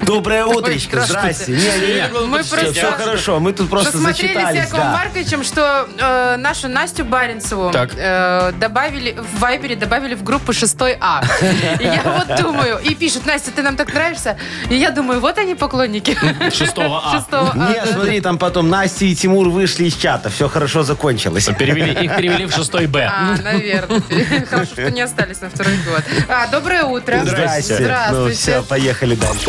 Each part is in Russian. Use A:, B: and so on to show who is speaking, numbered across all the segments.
A: Доброе утречко,
B: здравствуйте.
A: здрасте. Не-не-не,
C: Мы
B: Мы
C: просто-
B: просто
A: все хорошо, мы тут просто
B: Посмотрели с
A: зачитались.
B: Яковом
A: да.
B: Марковичем, что э, нашу Настю Баренцеву
C: Так.
B: э, добавили в Вайбере добавили в группу 6А. И я вот думаю, и пишут, Настя, ты нам так нравишься. И я думаю, вот они поклонники. А,
C: 6А.
B: 6А.
A: Не, смотри, там потом Настя и Тимур вышли из чата, все хорошо закончилось.
C: Перевели, их перевели в 6 Б.
B: А, наверное. Хорошо, что не остались на второй год. А, доброе утро.
A: Здрасте. Ну все,
B: Здравствуйте.
A: поехали дальше.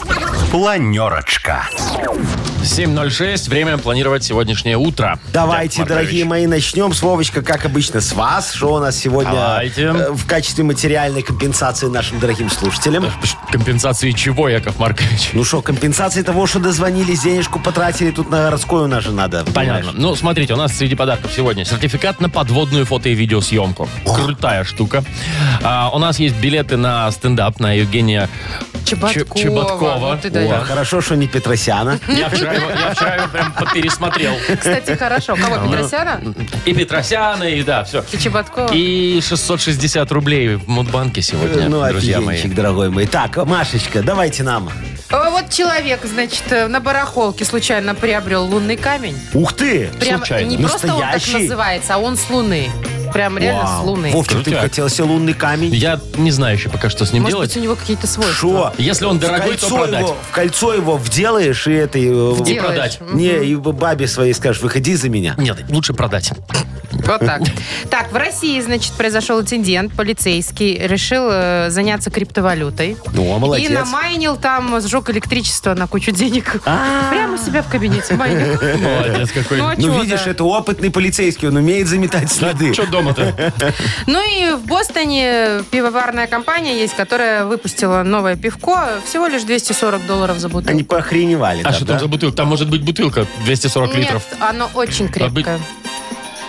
D: Планерочка.
C: 7.06. Время планировать сегодняшнее утро. Яков
A: Давайте,
C: Маркович.
A: дорогие мои, начнем с Вовочка, как обычно, с вас, что у нас сегодня
C: Давайте.
A: э, в качестве материальной компенсации нашим дорогим слушателям.
C: Компенсации чего, Яков Маркович?
A: Ну что, компенсации того, что дозвонились, денежку потратили, тут на городское у нас же надо.
C: Понятно.
A: понимаешь?
C: Ну, смотрите, у нас среди подарков сегодня сертификат на подводную фото и видеосъемку. Крутая штука. А, у нас есть билеты на стендап на Евгения
B: Чеботкова.
C: Че- Чеботкова.
B: Ну ты
A: О,
B: даешь.
A: хорошо, что не Петросяна.
C: Я вчера его, Ну, я вчера его прям пересмотрел.
B: Кстати, хорошо. Кого, Петросяна?
C: И Петросяна, и да, все.
B: И Чеботкова?
C: И 660 рублей в Мудбанке сегодня,
A: ну,
C: друзья
A: офигенчик,
C: мои.
A: дорогой мой. Так, Машечка, давайте нам.
B: А Вот человек, значит, э, на барахолке случайно приобрел лунный камень.
A: Ух ты!
B: Прям
C: Случайно.
B: не просто он так
A: Настоящий?
B: называется, а он с Луны. Прям реально с Луны.
A: Вовчик, ты
C: Крутяк.
A: хотел себе лунный камень?
C: Я не знаю еще пока, что с ним
B: Может
C: делать.
B: быть, у него какие-то свойства.
A: Шо?
C: Если он
A: В
C: дорогой, то
A: кольцо
C: продать.
A: Его, в кольцо его вделаешь и этой... э,
C: И
B: Делаешь.
C: продать.
A: Не, и бабе своей скажешь, выходи за меня.
C: Нет, лучше продать.
B: Вот так. Так, в России, значит, произошел инцидент. Полицейский решил э, заняться криптовалютой.
A: Ну, а молодец.
B: И намайнил там, э, сжег электричество на кучу денег. Прямо у себя в кабинете майнил.
C: Молодец какой.
B: Ну, а
A: Ну,
B: чё,
A: видишь,
B: да.
A: это опытный полицейский, он умеет заметать следы.
C: Что дома-то?
B: Ну и в Бостоне пивоварная компания есть, которая выпустила новое пивко. Всего лишь 240 долларов за бутылку.
A: Они поохреневали.
C: А
A: там,
C: что там
A: да?
C: за бутылка? Там может быть бутылка 240 литров.
B: Нет, оно очень крепкое.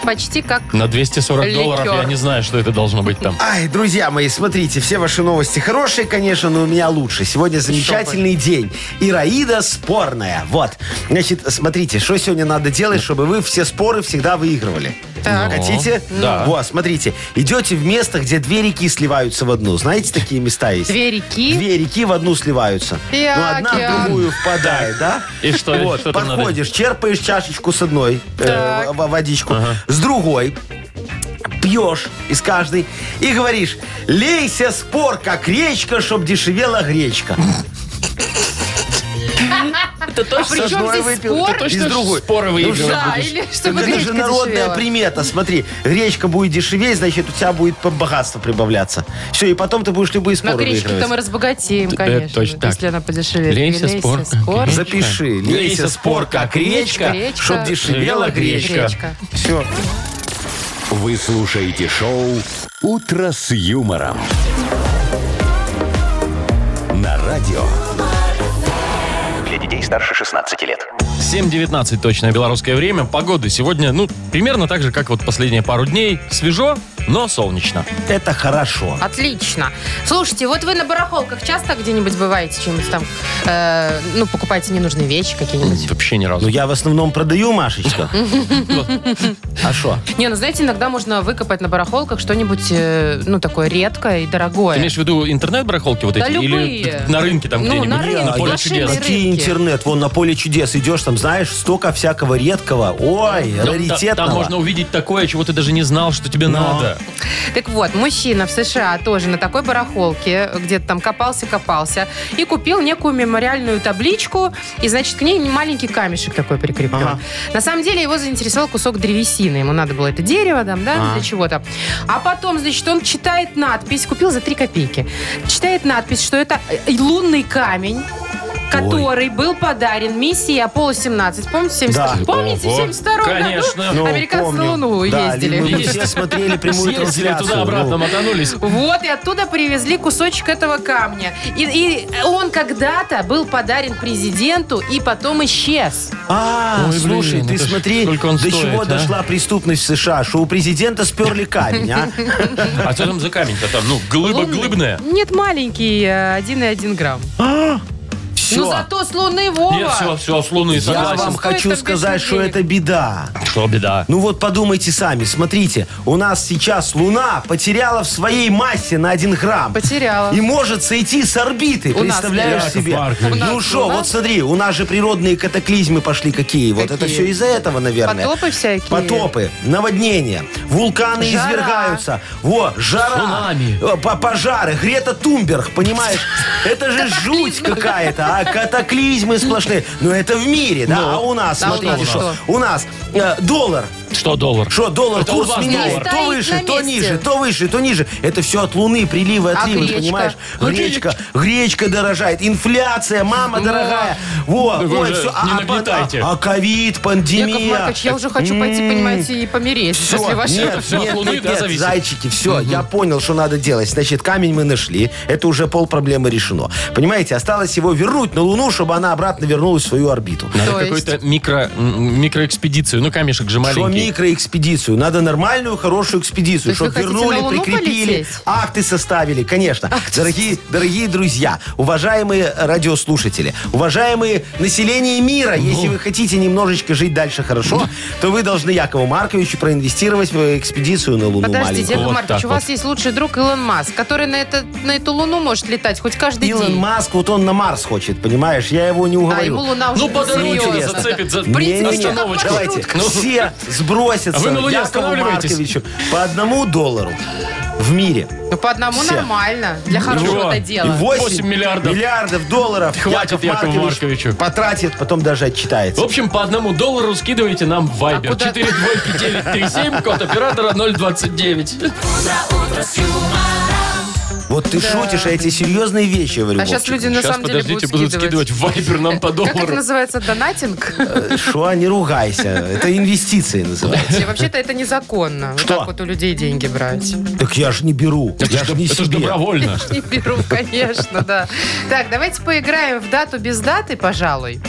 B: Почти как...
C: На 240
B: Ликер.
C: долларов я не знаю, что это должно быть там.
A: Ай, друзья мои, смотрите, все ваши новости хорошие, конечно, но у меня лучше. Сегодня замечательный день. Ираида спорная. Вот. Значит, смотрите, что сегодня надо делать, чтобы вы все споры всегда выигрывали. Ну.
B: Так.
A: Хотите?
C: Да.
A: Вот, смотрите. Идете в место, где две реки сливаются в одну. Знаете, такие места есть?
B: Две реки.
A: Две реки в одну сливаются.
B: И
A: Но одна
B: океан.
A: в другую впадает, да?
C: И что,
A: Вот,
C: что там надо?
A: подходишь, черпаешь чашечку с одной, э,
B: Так.
A: в- водичку, с другой, пьешь из каждой и говоришь, лейся спор, как речка, чтоб дешевела гречка.
B: А при чем
A: одной
B: здесь
A: выпил,
B: спор?
A: ты точно Из другой.
C: споры выигрывать
A: Ну,
B: Да,
C: будешь.
B: или чтобы
A: это
B: гречка
A: же народная
B: дешевела.
A: примета. Смотри, гречка будет дешеветь, значит, у тебя будет по- богатство прибавляться. Все, и потом ты будешь любые
B: На
A: споры
B: гречке-то Ну, мы
A: выигрывать.
B: разбогатеем,
C: Да,
B: конечно.
C: точно так.
B: Если она подешевеет.
C: Лейся,
B: Лейся,
C: спор,
B: спор.
C: гречка.
A: Запиши. Лейся спор, как речка,
B: Гречка.
A: чтоб дешевела гречка.
B: Гречка.
A: Все.
D: Вы слушаете шоу «Утро с юмором». На радио. Для детей старше 16 лет.
C: 7.19 точное белорусское время. Погода сегодня, ну, примерно так же, как вот последние пару дней. Свежо, но солнечно.
A: Это хорошо.
C: А-
B: Отлично. Слушайте, вот вы на барахолках часто где-нибудь бываете, чем-нибудь там, э, ну, покупаете ненужные вещи какие-нибудь?
C: Вообще ни разу.
A: Ну, я в основном продаю, Машечка. А что?
B: Не, ну, знаете, иногда можно выкопать на барахолках что-нибудь, э, ну, такое редкое и
C: Ты
B: дорогое.
C: имеешь в виду интернет-барахолки вот
B: Да
C: эти? Или
B: любые.
C: на рынке там
B: Ну,
C: где-нибудь?
B: на рынке,
C: на поле
B: машины
C: чудес.
B: рынки.
A: Какие интернет? Вон на поле чудес идешь, там, знаешь, столько всякого редкого. Ой,
C: Там- Там,
A: раритетного.
C: можно увидеть такое, чего ты даже не знал, что тебе
A: Но.
C: надо.
B: Так вот, мужчина в США тоже на такой барахолке, где-то там копался-копался, и купил некую мемориальную табличку, и, значит, к ней маленький камешек такой прикреплен.
A: Ага.
B: На самом деле его заинтересовал кусок древесины. Ему надо было это дерево там, да,
A: Ага.
B: для чего-то. А потом, значит, он читает надпись, купил за 3 копейки, читает надпись, что это э, лунный камень который был подарен миссии Аполло-17. Помните, 70...
A: Да.
B: помните в
C: Ого.
B: 72
C: Конечно.
B: году
C: Ну,
B: американцы
A: помню.
B: на Луну
A: Да,
B: ездили?
A: мы все смотрели прямую
C: Съездили
A: трансляцию.
C: туда, обратно
A: Ну,
C: мотанулись.
B: Вот, и оттуда привезли кусочек этого камня. И, и он когда-то был подарен президенту и потом исчез.
A: А,
C: Ой, блин,
A: слушай,
C: это
A: ты
C: ж
A: смотри,
C: сколько он
A: до
C: стоит,
A: чего
C: а?
A: дошла преступность в США, что у президента сперли камень, а?
C: А что там за камень-то там? Ну, глыба
B: Лунный.
C: глыбная.
B: Нет, маленький, э, 1,1 грамм. Ну
A: Все.
B: зато с Луны Вова.
C: А Нет, все, все, с луны
A: Я
C: согласен.
A: вам
B: Стоит
A: хочу
B: там
A: сказать,
B: бешеных
A: что
B: денег.
A: это беда.
C: Что беда?
A: Ну вот подумайте сами, смотрите, у нас сейчас Луна потеряла в своей массе на 1 грамм.
B: Потеряла.
A: И может сойти с орбиты,
B: У нас,
A: представляешь
C: Яков
A: себе?
C: Маркович.
B: У нас
A: Ну что,
B: Луна?
A: вот смотри, у нас же природные катаклизмы пошли какие. Вот это
B: Какие?
A: все из-за этого, наверное.
B: Потопы всякие.
A: Потопы, наводнения, вулканы
B: Жара.
A: извергаются. Во, жара.
C: Цунами.
A: Э, по- Пожары. Грета Тумберг, понимаешь? Это же жуть какая-то, а катаклизмы сплошные. Но это в мире, да? А у нас,
B: А у
A: смотрите,
B: нас
A: что?
B: что?
A: У нас э, доллар
C: Что доллар?
A: что, доллар,
C: Это у
A: курс
C: вас
A: меняет.
C: доллар.
A: То
B: Стоит на
A: выше, то
B: месте.
A: ниже, то выше, то ниже. Это все от Луны, приливы,
B: А
A: отливы,
B: гречка?
A: понимаешь?
C: Ну,
A: Гречка, гречка дорожает, инфляция, мама дорогая. Во,
C: Да вы
A: ой,
C: уже
A: все.
C: не
A: А, а, пот-
C: нагнетайте.
A: а, а ковид,
B: Яков
A: пандемия. Э,
B: Маркович, я уже хочу пойти, понимаете, и помереть после вашего.
A: нет,
C: М-м. всё от
A: нет,
C: Луны,
A: нет,
C: да,
A: нет,
C: зависит?
A: зайчики, все, я понял, что надо делать. Значит, камень мы нашли, это уже пол проблемы решено. Понимаете, осталось его вернуть на Луну, чтобы она обратно вернулась в свою орбиту.
C: Надо
B: То есть?
C: какую-то микро, м, микроэкспедицию. Ну, камешек же
A: Что
C: маленький.
A: микроэкспедицию? Надо нормальную, хорошую
B: То
A: экспедицию,
B: есть вы
A: чтобы
B: хотите
A: вернули,
B: на Луну
A: прикрепили,
B: полететь?
A: акты составили, конечно. Дорогие, дорогие друзья, уважаемые радиослушатели, уважаемые население мира, если вы хотите немножечко жить дальше хорошо, то вы должны Якову Марковичу проинвестировать в экспедицию на Луну
B: Подождите,
A: маленькую.
B: Ну, Яков
C: Вот
B: Маркович,
C: так
B: у вас есть лучший друг Илон Маск, который на, это, на эту луну может летать хоть каждый
A: Илон
B: день.
A: Маск, вот он на Марс хочет, понимаешь? Я его не уговорю.
B: А ему луна уже
C: Ну, по дороге
B: серьезно.
C: зацепит за-
B: В принципе,
A: Не-не-не,
B: что там
A: Давайте,
C: Ну.
A: все сбросятся
C: А вы на Луне
A: Якову
C: останавливаетесь?
A: Марковичу по одному доллару в мире.
B: Ну, по одному
A: Все.
B: нормально. Для
C: Ну,
B: хорошего-то
A: И
B: дела.
A: 8,
C: Восемь миллиардов.
A: миллиардов долларов
C: Хватит
A: Яков
C: Якову Марковичу.
A: потратит, потом даже
C: В
A: отчитается.
C: общем, по одному доллару скидывайте нам в
B: А
C: Viber.
B: куда-
C: 42937, код оператора 029.
A: Вот ты шутишь, а эти серьезные вещи, я говорю,
B: А сейчас
A: Вовчик.
B: люди на
C: Сейчас,
B: самом деле
C: подождите, будут скидывать в Viber нам по
B: Как это
C: доллару.
B: называется? Донатинг?
A: Э, Шо, не ругайся. Это инвестиции называют.
B: Вообще- Вообще-то это незаконно.
A: Что?
B: Вот так вот у людей деньги брать.
A: Так я же не беру. Я же не
C: Это же
A: себе.
C: добровольно.
B: Не беру, конечно, да. Так, давайте поиграем в дату без даты, пожалуй.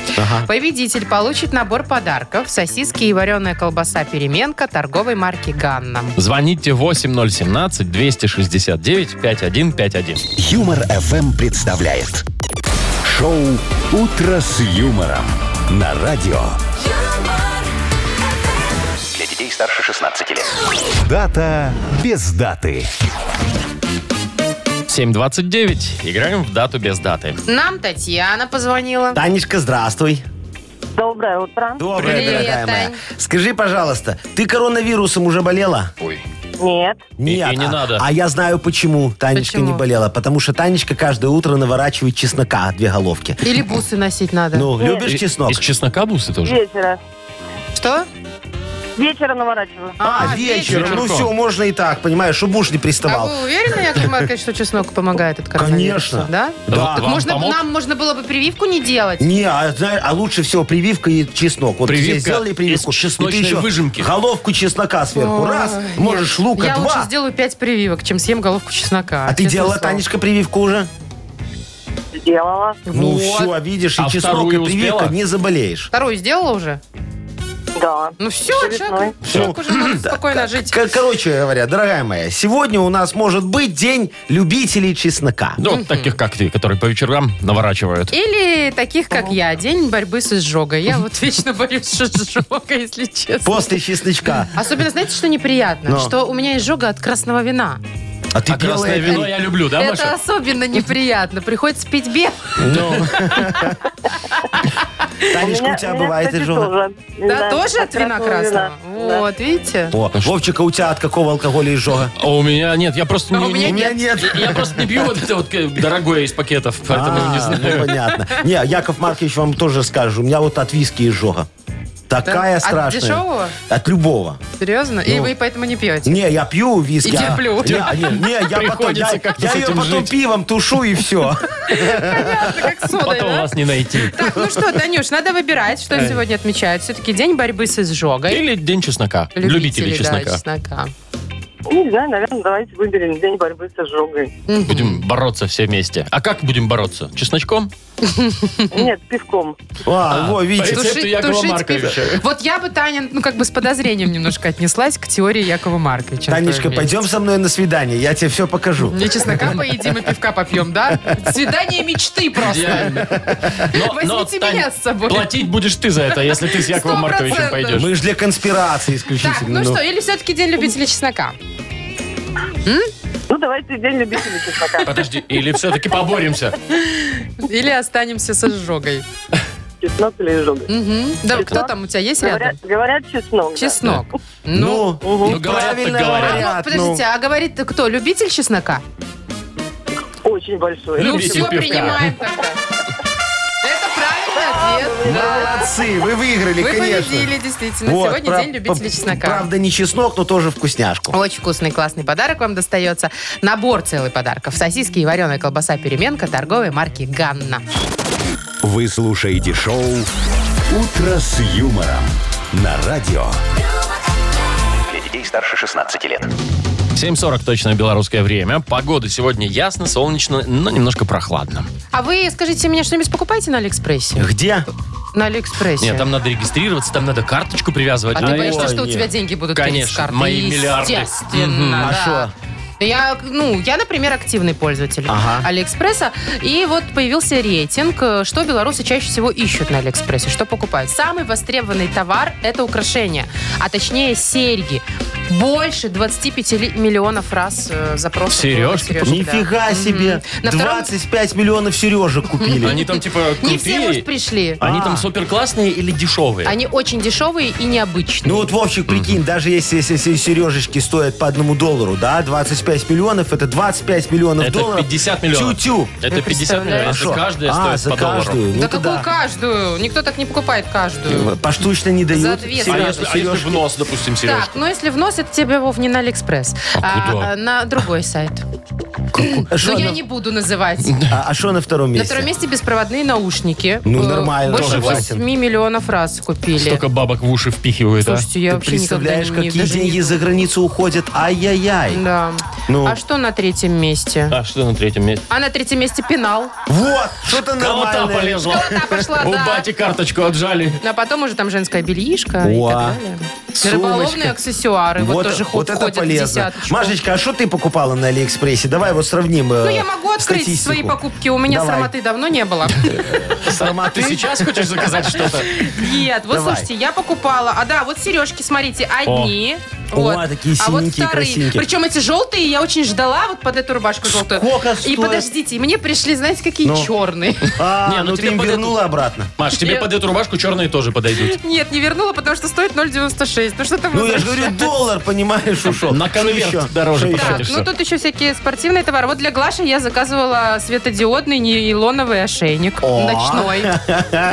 B: Победитель получит набор подарков. Сосиски и вареная колбаса «Переменка» торговой марки «Ганна».
C: Звоните 8017-269-5151.
D: Юмор FM представляет шоу Утро с юмором на радио.
E: Для детей старше 16 лет.
D: Дата без даты.
C: 7.29. Играем в дату без даты.
B: Нам Татьяна позвонила.
A: Танечка, здравствуй.
F: Доброе утро.
A: Добрая,
B: Привет,
A: дорогая моя.
B: Тань.
A: Скажи, пожалуйста, ты коронавирусом уже болела?
C: Ой.
F: Нет.
A: Нет,
C: и не
A: а,
C: надо.
A: А я знаю, почему Танечка
B: Почему?
A: не болела. Потому что Танечка каждое утро наворачивает чеснока две головки.
B: Или бусы носить надо.
A: Ну,
F: Нет.
A: любишь чеснок?
C: э, Из чеснока бусы тоже?
F: Вечера.
B: Что?
F: Вечера наворачиваю.
A: А,
B: А,
A: вечером.
C: вечером.
A: Ну все, можно и так, понимаешь, чтобы уж не
B: А
A: приставал.
B: вы уверены, Яков Маркович, что чеснок помогает от коронавируса?
A: Конечно.
B: Да?
A: А,
C: Да.
B: Так
C: Вам
B: можно,
C: помог?
B: нам можно было бы прививку не делать.
A: Не, а, знаешь, а лучше всего прививка и чеснок. Вот
C: Прививка
A: тебе сделали прививку.
C: из
A: и ты
C: чесночной
A: еще
C: выжимки.
A: Головку чеснока сверху.
B: Ой,
A: раз.
B: нет.
A: Можешь лука
B: Я лучше
A: два.
B: сделаю пять прививок, чем съем головку чеснока.
A: А ты
B: Честное
A: делала,
B: слово.
A: Танечка, прививку уже?
F: Сделала.
A: Ну
B: Вот.
A: все, видишь, и
C: А
A: чеснок, и
C: вторую
A: прививка,
C: успела?
A: не заболеешь.
B: Вторую сделала уже?
F: Да.
B: Ну все,
F: Весной.
B: человек, человек уже может спокойно жить.
A: К- Короче говоря, дорогая моя, сегодня у нас может быть день любителей чеснока.
C: Ну, таких как ты, которые по вечерам наворачивают.
B: Или таких, как я, день борьбы с изжогой. Я вот вечно борюсь с изжогой, если честно.
A: После чесночка.
B: Особенно, знаете, что неприятно?
A: Но.
B: Что у меня изжога от красного вина.
A: А ты
C: А красное
A: белая-
C: вино я люблю, да,
B: Это
C: Маша?
B: особенно неприятно. Приходится пить белое.
C: Ну,
A: Танечка, у тебя бывает
F: кстати,
A: изжога?
F: тоже.
B: Да, тоже от вина красного?
F: Да.
B: Вот, видите?
A: О, Вовчик, а у тебя от какого алкоголя изжога?
C: А у меня нет, я просто
B: А
C: не-
B: у меня
C: не-
B: нет.
A: нет.
C: Я просто не пью вот это вот э, дорогое из пакетов, поэтому
A: А,
C: не знаю.
A: Ну, понятно. Не, Яков Маркович вам тоже скажет. У меня вот от виски изжога. Такая
B: От
A: страшная.
B: дешевого?
A: От любого.
B: Серьезно? И
A: Ну.
B: вы поэтому не пьете?
A: Не, я пью виски.
B: И
A: а-
B: терплю.
A: Не, не, не, я потом,
C: Приходится
A: я,
C: как-то
A: я
C: с
A: ее
C: этим
A: потом
C: жить.
A: пивом тушу и все.
B: Это как с содой,
C: Потом
B: да?
C: вас не найти.
B: Так, ну что, Танюш, надо выбирать, что сегодня отмечают. Все-таки день борьбы с изжогой.
C: Или День чеснока. Любители,
B: да,
C: чеснока.
B: чеснока.
F: Не знаю, Ну, наверное, давайте выберем день борьбы с ожогой.
C: Будем бороться все вместе. А как будем бороться? Чесночком?
F: Нет, пивком.
A: А, во, видите.
C: Рецепты Якова
B: тушить
C: Марковича.
B: пив- Вот я бы, Таня, ну как бы с подозрением немножко отнеслась к теории Якова Марковича.
A: Танечка,
B: Анатольевна.
A: пойдем со мной на свидание, я тебе все покажу.
B: Не чеснока поедим и пивка попьем, да? Свидание мечты просто.
C: Идеально. Но- но,
B: Возьмите
C: Тань,
B: меня с собой.
C: Платить будешь ты за это, если ты с Яковом Марковичем
B: 100%.
C: пойдешь.
A: Мы же для конспирации
B: Так,
A: исключительно.
B: ну что, или все-таки день любителей чеснока?
F: Ну, давайте день любителей чеснока.
C: Подожди, или все-таки поборемся?
B: Или останемся со сжогой?
F: Чеснок или
B: Ну,
F: ожога.
B: Мгм. Да,
F: Чеснок.
B: кто там у тебя есть рядом?
F: Говорят, говорят чеснок. да.
B: Чеснок.
A: Ну,
C: Ну,
A: ну,
C: говорят, так
A: правильно
C: говорят.
B: А,
A: говорят.
B: ну, подождите, а говорит кто? Любитель чеснока?
F: Очень большой.
B: Ну
C: Любитель
B: все,
C: пивка.
B: принимаем тогда. Это правильный ответ.
A: ну.
B: Да.
A: Молодцы, вы выиграли,
C: Ну,
B: Вы
A: конечно.
B: победили, действительно.
A: Вот,
B: Сегодня
A: прав-
B: день
A: п-
B: любителей чеснока.
A: Правда, не чеснок, но тоже вкусняшку.
B: Очень вкусный, классный подарок вам достается. Набор целый подарков. Сосиски и вареная колбаса «Переменка» торговой марки «Ганна».
D: Вы слушаете шоу «Утро с юмором» на радио.
E: Для детей старше 16 лет.
C: 7.40 точное белорусское время. Погода сегодня ясно, солнечно, но немножко прохладно.
B: А вы, скажите мне, что-нибудь покупаете на Алиэкспрессе?
A: Где?
B: На Алиэкспрессе.
C: Нет, там надо регистрироваться, там надо карточку привязывать.
B: А ты
C: А
B: боишься,
C: я-
B: что у
A: нет.
B: тебя деньги будут
C: Конечно,
B: перед картой?
C: мои миллиарды.
B: Естественно,
A: А
B: да.
A: шо?
B: Я, ну, я, например, активный пользователь
A: Ага.
B: Алиэкспресса. И вот появился рейтинг, э, что белорусы чаще всего ищут на Алиэкспрессе, что покупают. Самый востребованный товар – это украшения, а точнее серьги. Больше 25 ли- миллионов раз э, запросов было на
C: Сережки?
B: сережки, да.
A: Нифига себе.
B: На втором-
A: 25 миллионов сережек купили.
C: Они там типа
B: Не все, может,
C: крутые.
B: пришли.
C: Они там супер классные или дешевые?
B: Они очень дешевые и необычные.
A: Ну вот, Вовчик, прикинь, даже если, если- если сережечки стоят по одному доллару, да, 25 миллионов, это 25 миллионов
C: Это
A: долларов.
C: 50 миллионов.
A: Тю-тю.
C: Это
B: Вы
C: 50
B: представляете?
C: миллионов.
A: Хорошо.
C: Это каждая
A: а,
C: стоит
A: за
C: по доллару.
A: каждую. Ну,
B: да
A: то
B: какую
A: да.
B: каждую? Никто так не покупает каждую.
A: Поштучно не дают.
B: За две
C: А
A: Сереж-
C: если, а если
A: сережки.
C: в нос, допустим,
B: Так,
C: сережки?
B: ну если в нос, это тебе, Вов, не на Алиэкспресс.
C: А куда?
B: а, на другой сайт.
A: Шо
B: Но Ну, я
A: на-
B: не буду называть.
A: А что на втором
B: На
A: месте?
B: втором месте беспроводные наушники.
A: Ну,
B: Э,
A: нормально,
B: Больше
A: тоже
B: 8
A: согласен.
B: миллионов раз купили.
C: Столько бабок в уши впихивают, а?
B: Слушайте, я
A: Ты
B: вообще никогда
A: представляешь,
B: не-
A: какие
B: даже не
A: деньги за границу уходят? Ай-яй-яй.
B: Да.
A: Ну.
B: А что на третьем месте?
C: А что на третьем месте?
B: А на третьем месте пенал.
A: Вот, что-то
C: Колота
A: нормальное.
C: полезла.
B: Колота пошла,
C: У
B: да.
C: бати карточку отжали.
B: А потом уже там женская бельишка и
A: О,
B: так далее.
A: сумочка.
B: Рыболовные аксессуары. Вот, тоже ход-
A: вот это
B: входят в
A: полезно.
B: десяточку.
A: Машечка, а что ты покупала на Алиэкспрессе? Давай вот сравним э,
B: Ну, я могу открыть свои покупки. У меня
A: Давай.
B: сарматы давно не было.
C: Ты сейчас хочешь заказать что-то?
B: Нет, вот
A: Давай.
B: слушайте, я покупала. А да, вот сережки, смотрите, одни.
A: О. О, такие
B: а вот
A: синенькие,
B: вторые.
A: красивенькие.
B: Причем эти желтые я очень ждала вот под эту рубашку желтую.
A: Сколько
B: И
A: стоит?
B: подождите, и мне пришли, знаете, какие
A: Ну.
B: черные.
A: А,
C: Не, ну
A: ну, ты
C: тебе
A: им
C: под эту-
A: вернула обратно.
C: Маш, тебе
B: Я-
C: под эту рубашку черные тоже подойдут.
B: Нет, не вернула, потому что стоит 0,96. Ну что там
A: Ну, я же говорю, доллар, понимаешь, ушел.
C: На
A: Что
C: конверт
A: еще?
C: дороже
A: Что еще?
C: потратишь.
B: так, ну тут еще всякие спортивные товары. Вот для Глаши я заказывала светодиодный нейлоновый ошейник
A: О.
B: ночной,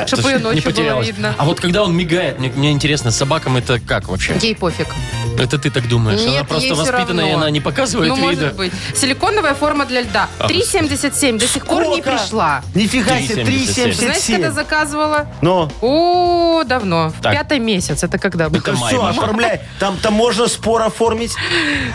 B: чтобы
C: Слушай, не
B: ее ночью было
C: потерялась.
B: видно.
C: А вот когда он мигает, мне, мне интересно, собакам это как вообще?
B: Ей пофиг.
C: Это ты так думаешь?
B: Нет,
C: Ну, она просто
B: ей всё
C: воспитанная, и
B: равно.
C: она не показывает
B: Ну,
C: вида.
B: может быть. Силиконовая форма для льда. 3,77. До сих пор не
A: Сколько?
B: пришла.
A: Нифига себе,
C: 3,77.
B: Знаете, когда
A: 3,77.
B: заказывала?
A: Ну,
B: О, давно.
C: Так.
B: Пятый месяц. Это когда было?
C: Это май,
A: все,
C: Маша.
A: оформляй. Там, там можно спор оформить.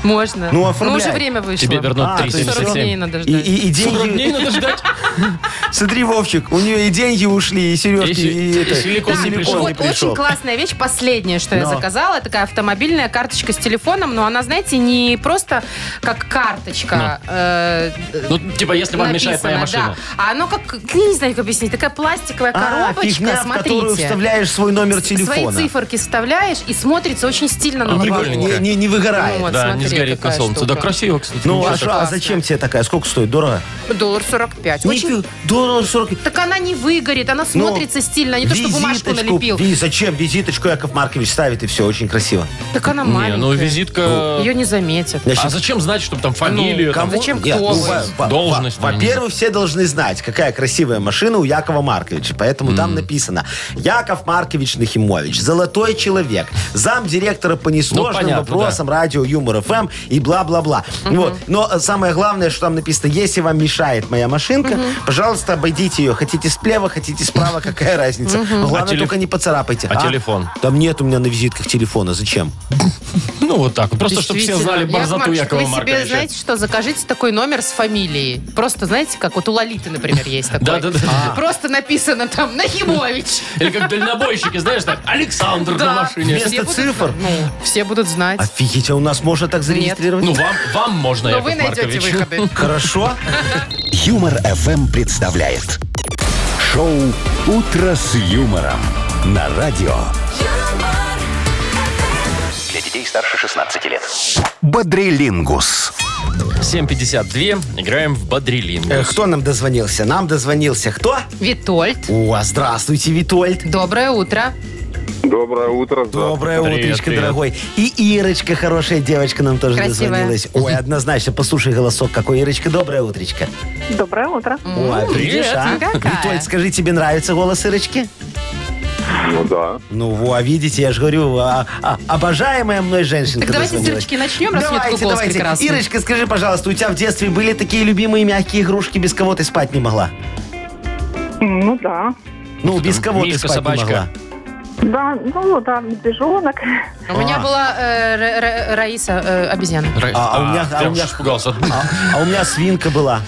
B: Можно.
A: Ну, оформляй.
B: уже время вышло.
C: Тебе вернут
A: А, то есть
B: 40 дней
C: 377.
B: надо
A: И,
B: ждать.
A: и- и
C: Сорок дней
A: деньги...
C: надо ждать.
A: Смотри, Вовчик, у нее и деньги ушли, и
C: И
A: сережки,
C: си-
A: и,
C: и
A: это-
C: силикон не пришел.
A: силикон не
B: Вот очень
A: пришел.
B: классная вещь, последняя, что я
A: Но.
B: заказала, такая автомобильная карточка с телефоном, но она, знаете, не просто как карточка. э,
C: Ну, типа, если вам мешает моя
B: написана,
C: машина.
B: да. А оно как, не знаю, как объяснить, такая пластиковая
A: А,
B: коробочка,
A: фигня, в которую
B: смотрите.
A: вставляешь свой номер телефона.
B: Свои циферки вставляешь и смотрится очень стильно на
A: Не,
B: воротнике.
C: А, прикольненько.
A: не, не- не выгорает.
B: Ну, вот,
C: Да, не
B: смотри,
C: сгорит на
B: какая
C: солнце. Да,
B: штука.
C: красиво, кстати.
A: Ну,
C: ничего
A: а,
C: так.
A: шо, а
B: классно.
A: зачем тебе такая? Сколько стоит? Дорого?
B: Доллар 45. Очень...
A: Нифига, Дорого 40.
B: Так она не выгорит, она
A: Ну,
B: смотрится стильно, а не то, что бумажку
A: визиточку,
B: налепил.
A: ви- зачем? Визиточку Яков Маркович ставит, и все, очень красиво.
B: Так она
C: Не, ну визитка...
B: Ее не заметят.
C: А
A: типа-
C: зачем знать, чтобы там фамилию? там?
B: кому- зачем кто
A: ну,
B: вы?
A: во- во-
C: Должность,
A: во-
C: наверное.
A: Во-первых, все должны знать, какая красивая машина у Якова Марковича. Поэтому там написано Яков Маркович Нахимович, золотой человек, зам директора по несложным
C: Ну, понятно,
A: вопросам радио Юмор ФМ и бла-бла-бла. Вот. Но э, самое главное, что там написано, если вам мешает моя машинка, пожалуйста, обойдите ее. Хотите сплева, хотите справа, какая разница. Главное,
C: А телеф-
A: только не поцарапайте.
C: А телефон?
A: Там нет у меня на визитках телефона. Зачем?
C: Ну, вот так. вот. Просто, чтобы все знали
B: Действительно. Яков
C: борзоту
B: Маркович,
C: Якова
B: Вы себе,
C: Марковича.
B: знаете что, закажите такой номер с фамилией. Просто, знаете, как вот у Лолиты, например, есть такой.
C: Да-да-да. А.
B: Просто написано там Нахимович.
C: Или как дальнобойщики, знаешь, так, Александр на
B: Да.
C: машине.
A: Вместо
B: Все будут-
A: цифр?
B: Ну, все будут знать.
A: Офигеть, а у нас можно так зарегистрировать?
C: Ну, вам, вам можно,
B: Но
C: Яков
B: вы найдете
C: Маркович.
B: выходы.
A: Хорошо.
D: Юмор FM представляет шоу Утро с юмором на радио
G: юмор,
E: Для детей старше 16 лет.
D: Бодрилингус.
C: 7.52, играем в Бодрилингус.
A: Э, Кто нам дозвонился? Нам дозвонился кто?
B: Витольд,
A: О, здравствуйте, Витольд.
B: доброе утро.
H: Доброе утро.
A: Доброе
C: Привет,
A: утречко,
C: привет.
A: дорогой. И Ирочка, хорошая девочка, нам тоже
B: Красивая.
A: дозвонилась. Ой, однозначно, послушай голосок какой. Ирочка, доброе утречко.
F: Доброе утро.
A: Ой, видишь, а?
B: ну какая.
A: Витольд, скажи, тебе нравится голос Ирочки?
H: Ну да.
A: Ну, во, видите, я же говорю, а- а- обожаемая мной женщина
B: Так давайте с Ирочки начнем, раз нет
A: Давайте,
B: тут голос
A: давайте.
B: прекрасный.
A: Ирочка, скажи, пожалуйста, у тебя в детстве были такие любимые мягкие игрушки, без кого ты спать не могла?
F: Ну да.
A: Ну, без кого ты
C: Мишка,
A: спать
C: собачка.
A: не могла?
F: Да, ну да, медвежонок.
B: У
C: А.
B: меня была э, Ра- Ра- Раиса э, обезьяна.
C: Ра-
A: а у меня- а
C: прям
A: у меня-
C: испугался.
A: А у меня свинка была.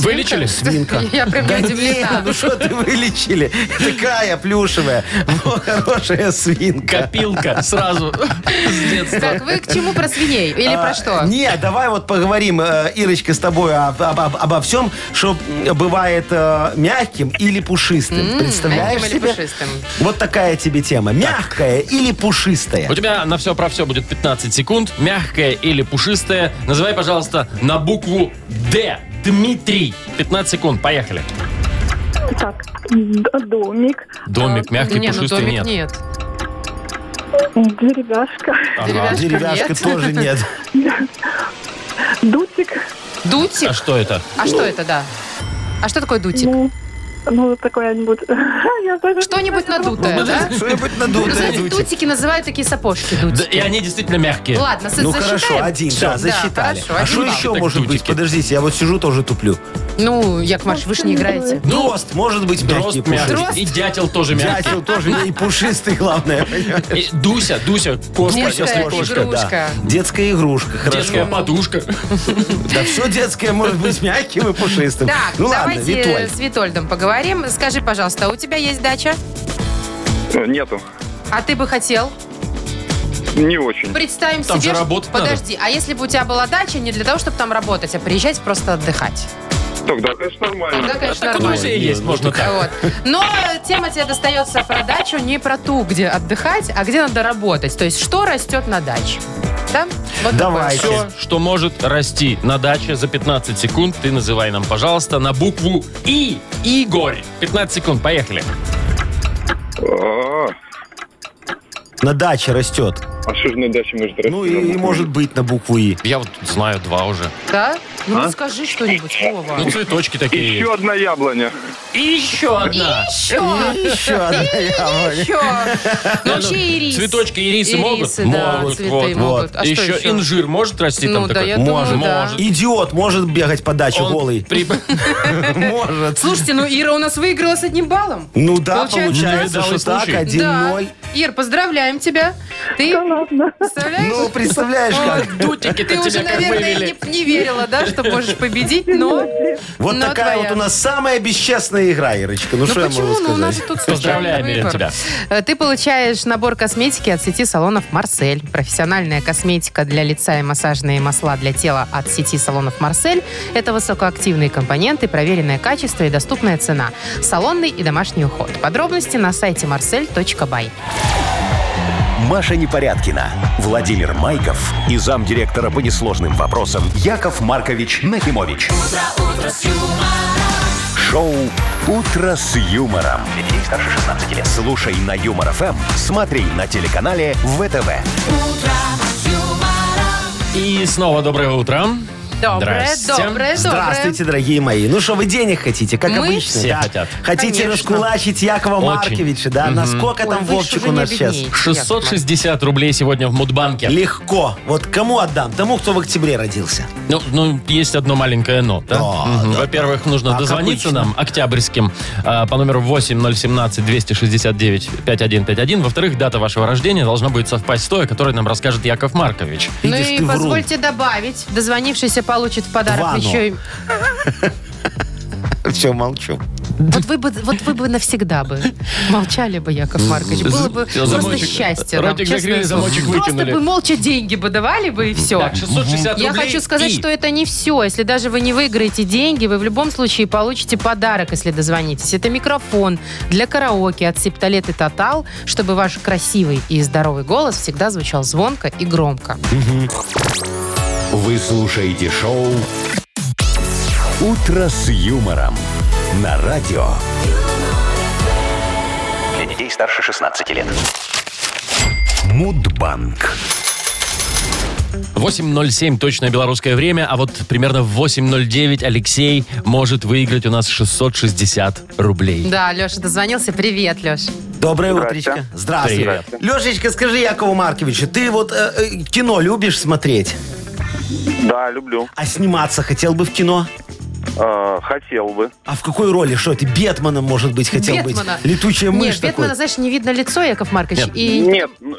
C: Вылечили?
A: Свинка.
B: Я прям не
A: Да
B: удивлена.
A: не, ну что ты вылечили? Такая плюшевая, Во, хорошая свинка.
C: Копилка сразу с детства.
B: Так, вы к чему про свиней? Или про
A: А,
B: что?
A: Не, давай вот поговорим, э, Ирочка, с тобой об- об- об- обо всем, что м, бывает э, мягким или пушистым. Представляешь
B: Мягким или
A: себе?
B: пушистым?
A: Вот такая тебе тема. Мягкая или пушистая?
C: У тебя на все про все будет 15 секунд. Мягкое или пушистое. Называй, пожалуйста, на букву Д. Дмитрий. 15 секунд. Поехали.
F: Так, д- домик, Э,
C: Домик мягкий,
B: не, ну
C: пушистый
B: домик
C: нет.
B: нет.
F: деревяшка,
C: Ага.
A: А Деревяшка
B: нет.
A: тоже нет.
F: дутик.
B: Дутик?
C: А что это?
B: А что это, да? А что такое дутик?
F: Ну, ну такое-нибудь. Я даже-
B: Что-нибудь надутое, да?
A: Что-нибудь
B: Ну,
A: надутое.
B: знаете,
A: Дутик.
B: Дутики называют такие сапожки
C: Да,
B: дутики.
C: и они действительно мягкие.
B: Ладно, с-
A: Ну
B: засчитаем?
A: хорошо, один, да,
B: Да,
A: засчитали.
B: хорошо,
A: а
B: один
A: что
B: балл.
A: еще
C: Так,
A: может быть?
C: дутики.
A: Подождите, я вот сижу, тоже туплю.
B: Ну, Яков Маркович, вы же не играете.
A: Дрозд, может быть, мягкий,
C: Дрозд
A: пушистый.
C: мягкий. И дятел тоже мягкий.
A: Дятел тоже не и пушистый, главное. понимаешь?
C: И Дуся, Дуся, кошка,
B: Детская
C: если кошка.
B: игрушка.
A: Да. Детская игрушка,
C: Детская
A: хорошо.
C: подушка.
A: Да все детское может быть мягким и пушистым.
B: Так,
A: Ну ладно,
B: давайте
A: Витоль.
B: с Витольдом поговорим. Скажи, пожалуйста, а у тебя есть дача?
H: Э, Нету.
B: А ты бы хотел?
H: Не очень.
B: Представим
C: Там
B: себе...
C: же
B: что-
C: работать надо.
B: Подожди, а если бы у тебя была дача не для того, чтобы там работать, а приезжать просто отдыхать?
H: Тогда, конечно,
B: Да,
H: нормально.
C: Так
B: конечно,
C: у
B: нормально.
C: друзей есть,
A: ну,
C: можно так.
B: Вот. Но э, тема тебе достается про дачу не про ту, где отдыхать, а где надо работать. То есть, что растет на даче. Да? Вот
A: Давайте.
B: такое.
C: Все, что может расти на даче за 15 секунд, ты называй нам, пожалуйста, на букву И. Игорь. 15 секунд, поехали.
H: А,
A: На даче растет.
H: а что же на даче может расти?
A: Ну и, и может быть на букву И.
C: Я вот тут знаю два уже.
B: Да? Ну,
H: А?
B: скажи что-нибудь, Вова.
C: Ну, цветочки такие
H: Еще
C: есть.
H: одна яблоня.
C: И еще одна.
B: Еще,
A: Еще одна яблоня.
B: еще. Ну, вообще и рис.
C: Цветочки и рисы могут?
B: Ирисы, да,
C: Могут,
B: цветы
C: вот,
B: могут. А что
C: еще
B: еще?
C: инжир может расти
B: Ну
C: там
B: да,
C: такой?
B: я думаю,
C: может,
B: да.
C: может.
A: Идиот может бегать по даче
C: Он
A: голый.
C: при-
A: Может.
B: Слушайте, ну Ира у нас выиграла с одним баллом.
A: Ну да,
B: Получается,
A: получается,
C: видалый
A: что так,
C: случай.
A: 1-0.
B: Ир, поздравляем тебя. Ты
F: Ладно.
B: представляешь?
A: Ну, представляешь, как?
C: Дутики-то
B: Ты уже,
C: тебя как
B: наверное,
C: вывели.
B: не, не верила, да, что можешь победить, но...
A: Вот
B: но
A: такая
B: твоя.
A: вот у нас самая бесчестная игра, Ирочка. Ну
B: Ну
A: что я могу
B: почему? Ну у нас же
A: сказать?
B: тут случайный
C: Поздравляем, Ирина,
B: выбор.
C: тебя.
B: Э, Ты получаешь набор косметики от сети салонов «Марсель». Профессиональная косметика для лица и массажные масла для тела от сети салонов «Марсель» – это высокоактивные компоненты, проверенное качество и доступная цена. Салонный и домашний уход. Подробности на сайте marsel.by.
D: Маша Непорядкина, Владимир Майков и замдиректора по несложным вопросам Яков Маркович Нахимович. Шоу Утро с юмором.
E: Для детей старше 16 лет.
D: эм, Слушай на Юмор ФМ, смотри на телеканале ВТВ.
G: утро с
C: И снова доброе утро.
B: Доброе,
C: Здрасте.
B: доброе, доброе.
A: Здравствуйте, дорогие мои. Ну что, вы денег хотите, как
B: Мы
A: обычно.
C: все
A: да?
C: хотят.
A: Хотите
B: Конечно.
A: раскулачить Якова
C: Очень.
A: Марковича, да? Насколько
B: Ой,
A: там
B: вы ж
A: Вовчик
B: уже
A: у
B: не
A: нас сейчас?
B: обеднеете, Яков Маркович.
C: 660 рублей сегодня в Мудбанке.
A: Легко. Вот кому отдам? Тому, кто в октябре родился.
C: Ну, ну, есть одно маленькое но. Да?
A: Да, А
C: Мгм. Во-первых, нужно
A: Как
C: дозвониться
A: обычно.
C: нам, октябрьским, э, по номеру 8017-269-5151. Во-вторых, дата вашего рождения должна будет совпасть с той, о которой нам расскажет Яков Маркович.
B: Ну
A: Видишь,
B: и
A: ты врун.
B: позвольте добавить, дозвонившийся получит в подарок
A: Ванну.
B: еще и...
A: Все, молчу.
B: Вот вы бы, вот вы бы навсегда бы молчали бы, Яков Маркович. Было бы
C: Всё,
B: просто
C: замочек.
B: счастье. нам,
C: Ротик
B: честное
C: закрыли,
B: слово.
C: замочек
B: Просто
C: выкинули.
B: бы молча деньги бы давали бы и все.
C: Так, 660
B: Я
C: рублей
B: хочу сказать,
C: и-
B: что это не все. Если даже вы не выиграете деньги, вы в любом случае получите подарок, если дозвонитесь. Это микрофон для караоке от Септолет и Тотал, чтобы ваш красивый и здоровый голос всегда звучал звонко и громко.
D: Вы слушаете шоу «Утро с юмором» на радио.
E: Для детей старше 16 лет.
D: Мудбанк.
C: 8.07 точное белорусское время, а вот примерно в 8.09 Алексей может выиграть у нас 660 рублей.
B: Да, Леша дозвонился. Привет, Леш.
A: Доброе утречко. Здравствуй.
C: Привет.
A: Лешечка, скажи Якову Марковичу, ты вот э, э, кино любишь смотреть?
H: Да, люблю.
A: А сниматься хотел бы в кино?
H: Э, хотел бы.
A: А в какой роли? Что ты, Бетманом, может быть, хотел
B: Бетмана.
A: быть? Летучая мышь
B: Нет, Бетмана,
A: такой.
B: знаешь, не видно лицо, Яков Маркович.
C: Нет.
B: И
H: Нет, ну, ну,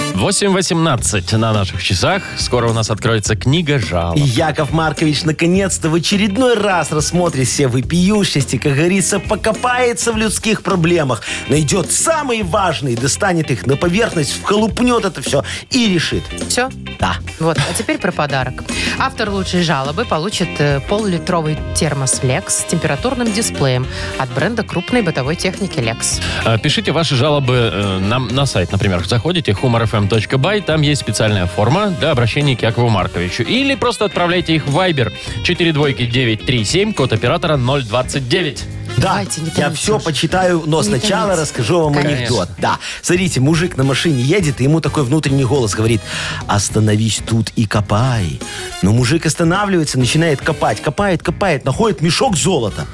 C: 8.18 на наших часах. Скоро у нас откроется книга жалоб.
A: И Яков Маркович наконец-то в очередной раз рассмотрит все выпиющести, как говорится, покопается в людских проблемах, найдет самые важные, достанет их на поверхность, вхолупнет это все и решит.
B: Все?
A: Да.
B: Вот, а теперь про подарок. Автор лучшей жалобы получит э, пол-литровый термос Lex с температурным дисплеем от бренда крупной бытовой техники Lex.
C: Э, Пишите ваши жалобы э, нам на сайт, например. Заходите humorfm.by, там есть специальная форма для обращения к Якову Марковичу. Или просто отправляйте их в Viber 937 код оператора 029.
A: Да,
B: Давайте, не
A: я
B: томите
A: все
B: уже.
A: почитаю, но
B: Не
A: сначала
B: томите.
A: расскажу вам
B: Конечно.
A: анекдот. Да. Смотрите, мужик на машине едет, и ему такой внутренний голос говорит, остановись тут и копай. Но мужик останавливается, начинает копать, копает, копает, находит мешок золота.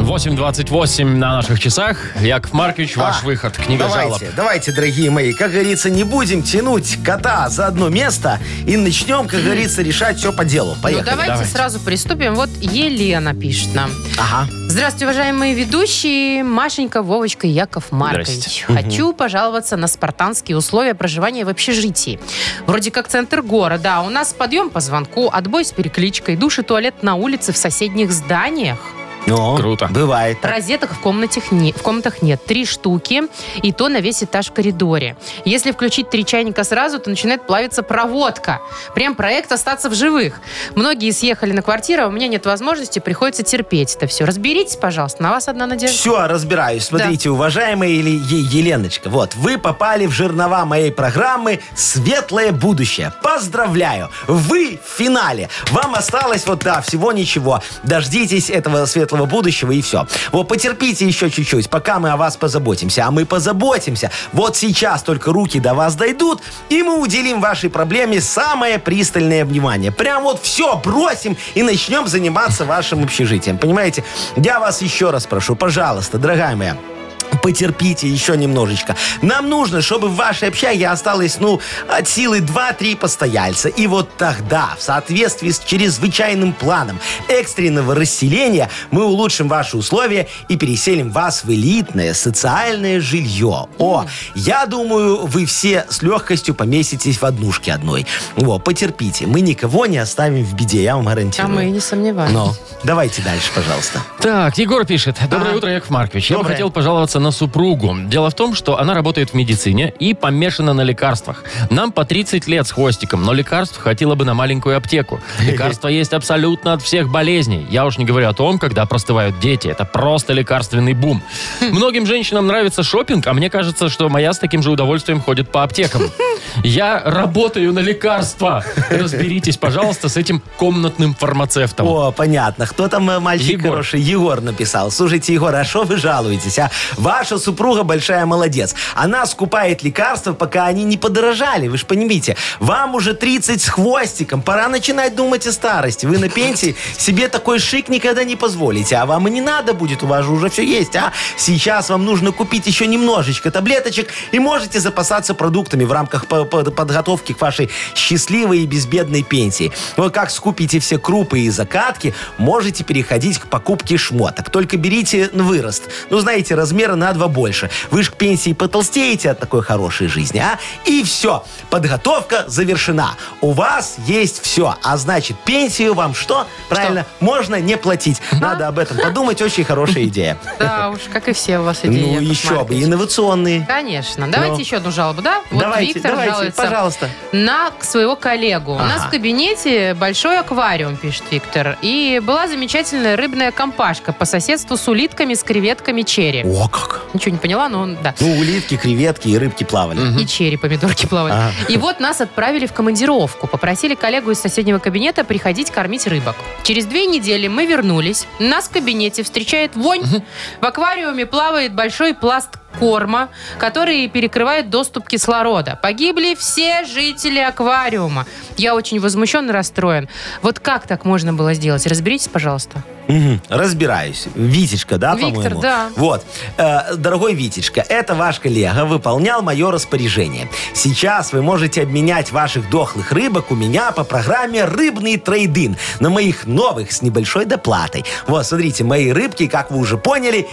C: 8.28 на наших часах. Яков Маркович, ваш
A: А,
C: выход. Книга
A: давайте,
C: жалоб.
A: Давайте, дорогие мои, как говорится, не будем тянуть кота за одно место и начнем, как говорится, решать все по делу. Поехали.
B: ну, давайте,
C: давайте.
B: сразу приступим. Вот Елена пишет нам.
A: Ага.
B: Здравствуйте, уважаемые ведущие. Машенька, Вовочка и Яков Маркович.
C: Здрасте.
B: Хочу пожаловаться на спартанские условия проживания в общежитии. Вроде как центр города, а у нас подъем по звонку, отбой с перекличкой, душ и туалет на улице в соседних зданиях.
A: Ну,
C: Круто.
A: Бывает.
B: Розеток в, комнатах не, в комнатах нет. Три штуки, и то на весь этаж в коридоре. Если включить три чайника сразу, то начинает плавиться проводка. Прям проект «Остаться в живых». Многие съехали на квартиру, а у меня нет возможности, приходится терпеть это все. Разберитесь, пожалуйста, на вас одна надежда.
A: Все, разбираюсь. Смотрите, уважаемая Ели- Е- Еленочка, вот, вы попали в жернова моей программы «Светлое будущее». Поздравляю! Вы в финале. Вам осталось вот, да, всего ничего. Дождитесь этого светлого будущего и все. Вот, потерпите еще чуть-чуть, пока мы о вас позаботимся. А мы позаботимся. Вот сейчас только руки до вас дойдут, и мы уделим вашей проблеме самое пристальное внимание. Прям вот все бросим и начнем заниматься вашим общежитием. Понимаете? Я вас еще раз прошу, пожалуйста, дорогая моя, Потерпите еще немножечко. Нам нужно, чтобы в вашей общаге осталось, ну, от силы 2-3 постояльца. И вот тогда, в соответствии с чрезвычайным планом экстренного расселения, мы улучшим ваши условия и переселим вас в элитное социальное жилье. О, я думаю, вы все с легкостью поместитесь в однушке одной. Во, потерпите. Мы никого не оставим в беде, я вам гарантирую.
B: А мы и не сомневаемся.
A: Но давайте дальше, пожалуйста.
C: Так, Егор пишет. Доброе утро, Яков Маркович. Я бы
A: Доброе.
C: хотел пожаловаться на супругу. Дело в том, что она работает в медицине и помешана на лекарствах. Нам по 30 лет с хвостиком, но лекарств хватило бы на маленькую аптеку. Лекарства есть абсолютно от всех болезней. Я уж не говорю о том, когда простывают дети. Это просто лекарственный бум. Многим женщинам нравится шопинг, а мне кажется, что моя с таким же удовольствием ходит по аптекам. Я работаю на лекарства. Разберитесь, пожалуйста, с этим комнатным фармацевтом.
A: О, понятно. Кто там э, мальчик
C: Егор.
A: хороший? Егор написал. Слушайте, Егор, а что вы жалуетесь, а? Ваша супруга большая молодец. Она скупает лекарства, пока они не подорожали. Вы же понимаете. Вам уже 30 с хвостиком. Пора начинать думать о старости. Вы на пенсии себе такой шик никогда не позволите. А вам и не надо будет. У вас же уже все есть, а? Сейчас вам нужно купить еще немножечко таблеточек и можете запасаться продуктами в рамках по- по- подготовки к вашей счастливой и безбедной пенсии. Вы как скупите все крупы и закатки, можете переходить к покупке шмоток. Только берите на вырост. Ну, знаете, размера на два больше. Вы же к пенсии потолстеете от такой хорошей жизни, а? И все. Подготовка завершена. У вас есть все. А значит, пенсию вам что? Правильно, можно не платить. Надо об этом подумать. Очень хорошая идея.
B: Да уж, как и все у вас идеи.
A: Ну,
B: Яков
A: еще бы.
B: Маркович.
A: Инновационные.
B: Конечно. Давайте
A: Ну.
B: еще одну жалобу, да? Вот
A: Давайте,
B: Виктор
A: давайте,
B: жалуется.
A: пожалуйста.
B: на к- своего коллегу. У нас в кабинете большой аквариум, пишет Виктор. И была замечательная рыбная компашка по соседству с улитками, с креветками черри.
A: О, как.
B: Ничего не поняла, но он, да.
A: Ну, улитки, креветки и рыбки плавали.
B: И черри, помидорки плавали.
A: Ага.
B: И вот нас отправили в командировку. Попросили коллегу из соседнего кабинета приходить кормить рыбок. Через две недели мы вернулись. Нас в кабинете встречает вонь. В аквариуме плавает большой пласт корма, который перекрывает доступ кислорода. Погибли все жители аквариума. Я очень возмущен и расстроен. Вот как так можно было сделать? Разберитесь, пожалуйста.
A: Мгм, разбираюсь. Витечка, да,
B: Виктор,
A: по-моему?
B: да.
A: Вот. Э, дорогой Витечка, это ваш коллега выполнял мое распоряжение. Сейчас вы можете обменять ваших дохлых рыбок у меня по программе «Рыбный трейдин» на моих новых с небольшой доплатой. Вот, смотрите, мои рыбки, как вы уже поняли,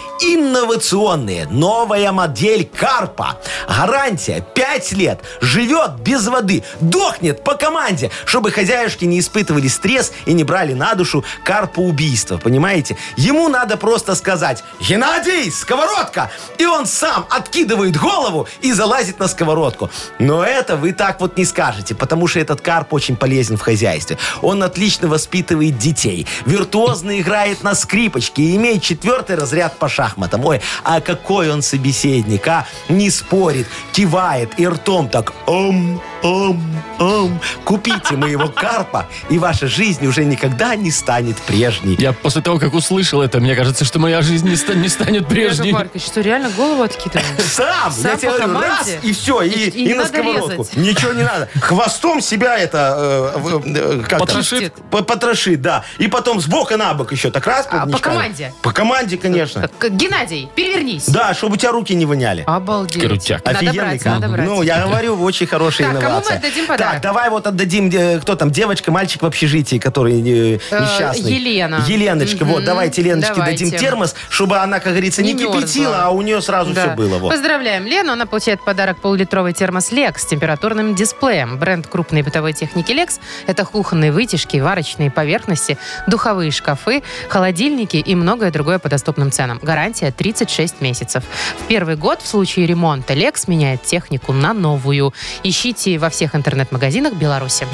A: инновационные. Новая модель карпа. Гарантия 5 лет. Живет без воды. Дохнет по команде, чтобы хозяюшки не испытывали стресс и не брали на душу карпа убийства. Понимаете? Ему надо просто сказать «Геннадий, сковородка!» И он сам откидывает голову и залазит на сковородку. Но это вы так вот не скажете, потому что этот карп очень полезен в хозяйстве. Он отлично воспитывает детей, виртуозно играет на скрипочке и имеет четвертый разряд по шахматам. Ой, а какой он собеседник, а? Не спорит, кивает и ртом так «Ом, ом, ом. Купите моего карпа, и ваша жизнь уже никогда не станет прежней.
C: Я после того, как услышал это, мне кажется, что моя жизнь не, ста- не станет
B: Яков
C: прежней.
B: Маркович, что реально голову откидываешь?
A: Сам,
B: Сам
A: я тебе
B: по
A: говорю, раз,
B: команде?
A: и все, и,
B: И- и
A: и
B: не
A: на
B: надо
A: сковородку.
B: резать.
A: Ничего не надо. Хвостом себя это... э, в- э, как там?
C: Потрошит?
A: По- Потрошит, да. И потом с бока на бок еще так раз.
B: А, по
A: клубничками.
B: команде? Э,
A: По команде, конечно.
B: Так, Геннадий, перевернись.
A: Да, чтобы у тебя руки не воняли.
B: Обалдеть.
C: Крутяк.
B: Надо
A: Офигенный
B: брать,
A: комп.
B: надо брать.
A: Ну, я говорю, очень хорошая
B: Так, кому мы
A: инновация.
B: отдадим подарок?
A: Так, давай вот отдадим, э, кто там, девочка, мальчик в общежитии, который э,
B: Э,
A: несчастный.
B: Елена.
A: Еленочка, вот,
B: Мгм,
A: давайте Леночке
B: давайте.
A: дадим термос, чтобы она, как говорится, не,
B: Не мерзла.
A: кипятила, а у нее сразу
B: Да.
A: все было. Вот.
B: Поздравляем Лену. Она получает в подарок полулитровый термос Lex с температурным дисплеем. Бренд крупной бытовой техники Lex – это кухонные вытяжки, варочные поверхности, духовые шкафы, холодильники и многое другое по доступным ценам. Гарантия 36 месяцев. В первый год в случае ремонта Lex меняет технику на новую. Ищите во всех интернет-магазинах Беларуси.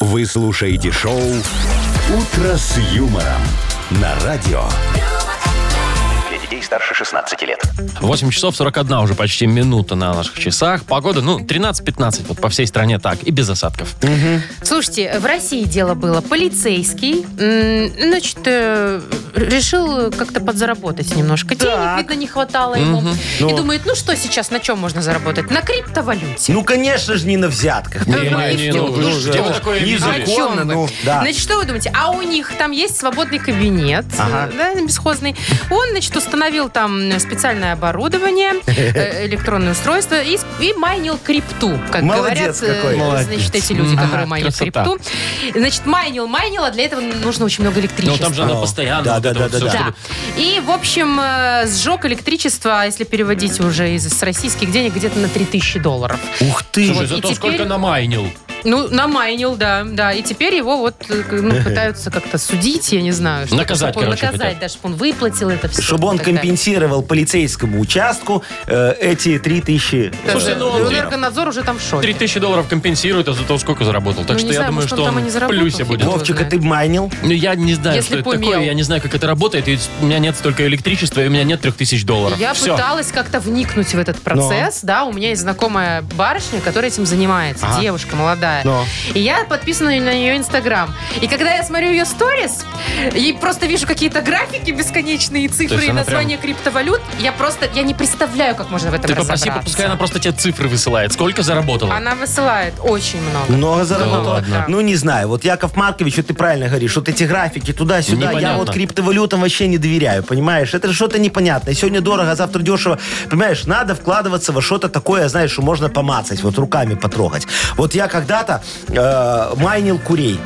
D: Вы слушаете шоу «Утро с юмором» на радио.
E: Для детей старше 16 лет.
C: 8 часов 41 уже почти минута на наших часах. Погода, ну, 13-15 вот по всей стране так и без осадков.
B: Слушайте, в России дело было. Полицейский, м, значит, э, решил как-то подзаработать немножко. Денег,
A: Так.
B: видно, не хватало ему. И
A: Ну.
B: думает, ну что сейчас, на чем можно заработать? На криптовалюте.
A: Ну, конечно же, не на взятках.
B: Не,
A: понимаете,
B: не,
C: не,
A: что
C: ну, вы
A: нужно.
C: где вы такое видели?
A: Незаконно,
B: О чем
A: ну,
B: вы?
A: да.
B: Значит, что вы думаете? А у них там есть свободный кабинет,
A: Ага.
B: э, да, бесхозный. Он, значит, установил там э, специальное оборудование, э, электронное устройство и, и майнил крипту, как
A: Молодец
B: говорят, э,
A: какой.
B: значит, эти люди,
C: Ага,
B: которые майнят
C: красота.
B: крипту. Значит, майнил, майнил, а для этого нужно очень много электричества.
C: Но Ну, там же она
A: О,
C: постоянно.
A: да,
C: вот
A: да,
C: это
A: да,
C: вот
A: да,
C: всё,
A: да.
C: чтобы-
B: Да. И, в общем, э, сжег электричество, а если переводить уже из с российских денег, где-то на 3000 долларов.
A: Ух ты.
C: Слушай,
B: Вот, и
C: зато сколько
B: теперь-
C: намайнил.
B: Ну, намайнил, да, да. И теперь его вот э, к- ну, пытаются как-то судить, я не знаю. что-
C: Наказать,
B: чтобы он-
C: короче,
B: Наказать,
C: хотят.
B: да, чтобы он выплатил это все.
A: Чтобы он
B: и так далее.
A: компенсировал полицейскому участку э, эти 3000
B: Да,
C: Слушай,
B: да.
C: ну, он-
B: Энергонадзор уже там в шоке.
C: 3000 долларов компенсирует, а зато сколько заработал. Так
B: Ну,
C: что
B: не
C: я
B: знаю,
C: думаю,
B: может, он
C: что
B: там и
C: он
B: не
C: в
B: заработал,
C: плюсе
B: фиг
C: будет.
B: его.
A: Вовчик, а
B: знает.
A: ты майнил?
C: Ну, я не знаю,
B: Если
C: что это
B: б умел.
C: такое. Я не знаю, как это работает. Ведь у меня нет столько электричества, и у меня нет 3000 долларов.
B: Я
C: Все.
B: пыталась как-то вникнуть в этот процесс, да, у меня есть знакомая барышня, которая этим занимается,
A: Ага.
B: девушка молодая.
A: Но.
B: И я подписана на ее инстаграм. И когда я смотрю ее сторис, и просто вижу какие-то графики бесконечные,
C: То
B: цифры
C: есть
B: и
C: она
B: названия криптовалют, я просто, я не представляю, как можно в этом
C: Ты попроси,
B: разобраться.
C: пускай она просто тебе цифры высылает. Сколько заработала?
B: Она высылает очень много.
A: Много заработал.
B: ладно.
A: ну, не знаю. Вот Яков Маркович, вот ты правильно говоришь, вот эти графики туда-сюда. Я
C: Непонятно.
A: вот криптовалютам вообще не доверяю, понимаешь? Это же что-то непонятное. Сегодня дорого, а завтра дешево. Понимаешь, надо вкладываться во что-то такое, знаешь, что можно помацать, вот руками потрогать. Вот я когда-то э, майнил курей.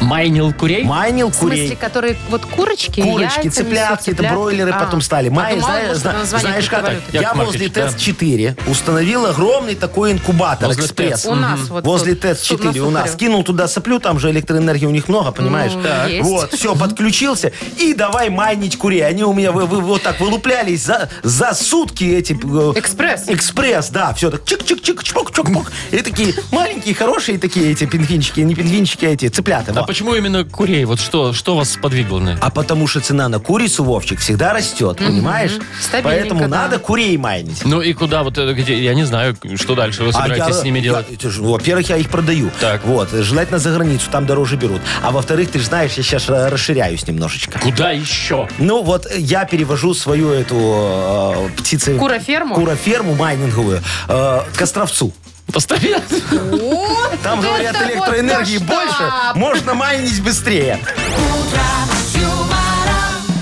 C: Майнил курей?
A: Майнил
B: В смысле,
A: курей.
B: которые вот курочки,
A: Курочки,
B: яйца
A: цыплятки,
B: несут,
A: это бройлеры
B: А.
A: потом стали.
B: А
A: Май,
B: думала,
A: знаешь,
B: может,
A: зна-
B: это название
A: знаешь, как?
B: криптовалюты.
C: Яков
A: Я возле
C: Маркович, да.
A: ТЭЦ-4 установил огромный такой инкубатор
C: Возле
A: экспресс.
C: ТЭЦ.
B: У нас вот
A: Возле
B: тут, на
A: ТЭЦ-4 у нас.
B: Сухаревой.
A: Кинул туда соплю, там же электроэнергии у них много, понимаешь?
B: Ну, Так. есть.
A: Вот, все, подключился и давай майнить курей. Они у меня вы- вы- вот так вылуплялись за, за сутки эти... э,
B: Экспресс.
A: Экспресс, да, все так чик-чик-чик, чпок-чок-пок. И такие маленькие, хорошие такие эти пингвинчики, не пингвинчики, а эти цыплята.
C: А
A: во.
C: почему именно курей? Вот что, что вас сподвигло на
A: А потому что цена на курицу, Вовчик, всегда растет, понимаешь?
B: Стабильненько,
A: Поэтому
B: да.
A: надо курей майнить.
C: Ну и куда вот э, где? Я не знаю, что дальше вы
A: А
C: собираетесь
A: я-
C: с ними
A: я-
C: делать.
A: это ж, ну, во-первых, я их продаю.
C: Так.
A: Вот, желательно за границу, там дороже берут. А во-вторых, ты же знаешь, я сейчас расширяюсь немножечко.
C: Куда еще?
A: Ну вот э, я перевожу свою эту э, птицы...
B: Куроферму?
A: Куроферму майнинговую э, к Островцу.
C: Постоянно.
B: Вот
A: Там,
B: это
A: говорят,
B: вот
A: электроэнергии больше,
B: масштаб.
A: можно майнить быстрее.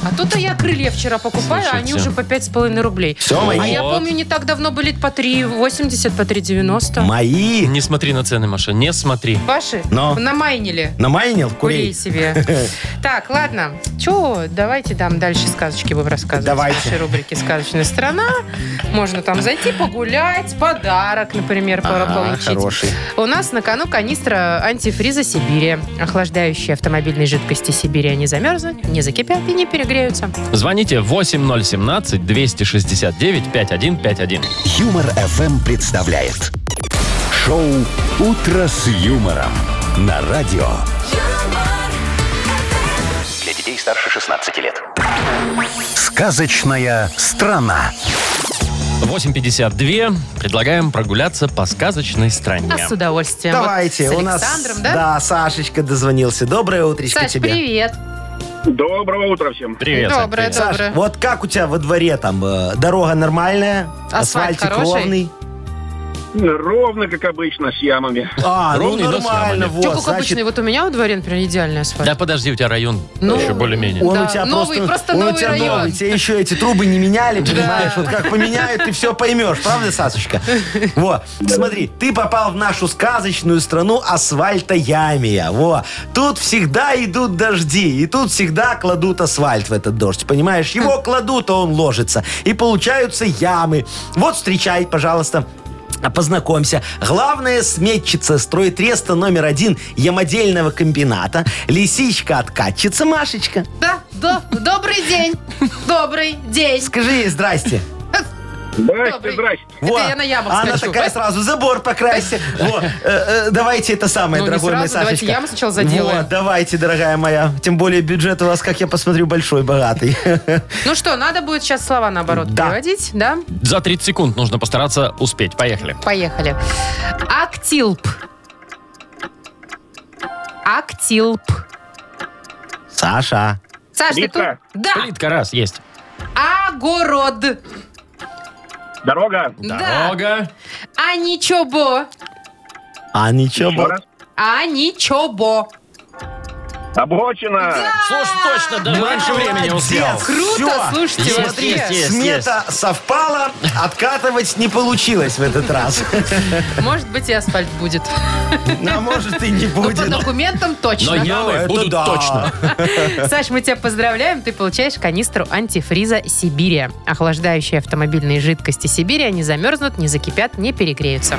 B: А то-то я крылья вчера покупаю, а они
C: Слушайте.
B: уже по 5,5 рублей.
A: Все,
B: А
A: мои.
B: я
C: Вот.
B: помню, не так давно были по 3,80, по 3,90.
A: Мои.
C: Не смотри на цены, Маша, не смотри.
B: Ваши
A: Но.
B: намайнили.
A: Намайнил курей.
B: Курей себе. Так, ладно. Че, давайте там дальше сказочки будем рассказывать.
A: Давайте.
B: В нашей рубрике «Сказочная страна». Можно там зайти, погулять, подарок, например, пора получить.
A: хороший.
B: У нас на кону канистра антифриза Сибири. Охлаждающие автомобильные жидкости Сибири не замерзнут, не закипят и не перегреются.
C: Звоните 8017-269-5151.
D: Юмор FM представляет шоу Утро с юмором на радио.
E: Для детей старше 16 лет.
D: Сказочная страна.
C: 8.52. Предлагаем прогуляться по сказочной стране.
B: А с удовольствием.
A: Давайте,
B: Вот с
A: у нас...
B: Александром, да?
A: Сашечка дозвонился. Доброе утречко
B: Саш,
A: тебе.
B: привет.
H: Доброго утра всем.
C: Привет. Сань,
B: Доброе,
C: привет.
A: Саш,
B: доброе.
A: вот как у тебя во дворе там э, дорога нормальная,
B: Асфальт
A: асфальтик
B: хороший?
A: ровный?
H: Ровно, как обычно, с ямами.
A: А,
C: Ровный,
A: ну
C: да, с
A: нормально,
C: ямами.
A: вот.
B: Чё, как
A: значит,
B: обычный, вот у меня во дворе, например, идеальный асфальт.
C: Да подожди, у тебя район
B: Ну.
C: еще более-менее.
A: Он
B: Да,
A: у тебя
B: новый, просто
A: он
B: новый
A: у тебя
B: район.
A: новый. Тебе еще эти трубы не меняли, понимаешь? Вот как поменяют, ты все поймешь, правда, Сасочка? Вот, смотри, ты попал в нашу сказочную страну асфальтоямия. Во, тут всегда идут дожди, и тут всегда кладут асфальт в этот дождь, понимаешь? Его кладут, а он ложится, и получаются ямы. Вот встречай, пожалуйста, а Познакомься. Главная сметчица стройтреста номер один ямодельного комбината, лисичка-откатчица Машечка.
B: Да, да. Добрый день. Добрый день.
A: Скажи ей здрасте.
H: Здрасте,
B: Добрый.
H: здрасте.
B: Это я на ямах
C: А,
A: Она
B: скачу.
A: такая сразу, забор покрасьте. Во, э, э, Давайте это самое,
B: Ну, не
A: дорогой мой
B: сразу, давайте
A: Сашечка.
B: яму сначала заделаем.
A: Вот, давайте, дорогая моя. Тем более бюджет у вас, как я посмотрю, большой, богатый.
B: Ну что, надо будет сейчас слова наоборот
A: Да.
B: переводить, да?
C: За 30 секунд нужно постараться успеть. Поехали.
B: Поехали. Актилп. Актилп.
A: Саша.
B: Саш, ты тут?
H: Плитка.
B: Да.
C: Плитка раз, есть.
B: Огород.
H: Дорога.
B: Да.
C: Дорога.
B: А ничего.
A: А
H: Еще
A: ничего.
H: раз.
B: А ничего.
H: Обочина.
C: Слушай, точно, да, раньше времени успел.
B: Круто, слушайте,
C: Есть,
B: вообще.
C: есть, есть.
A: Смета совпала, откатывать не получилось в этот раз.
B: Может быть, и асфальт будет.
A: А может и не
B: Ну, по
A: будет.
B: документам
C: Но
B: точно.
C: ямы
A: это
C: будут
A: да.
C: точно.
B: Саш, мы тебя поздравляем. Ты получаешь канистру антифриза Сибирия. Охлаждающие автомобильные жидкости Сибирия не замерзнут, не закипят, не перегреются.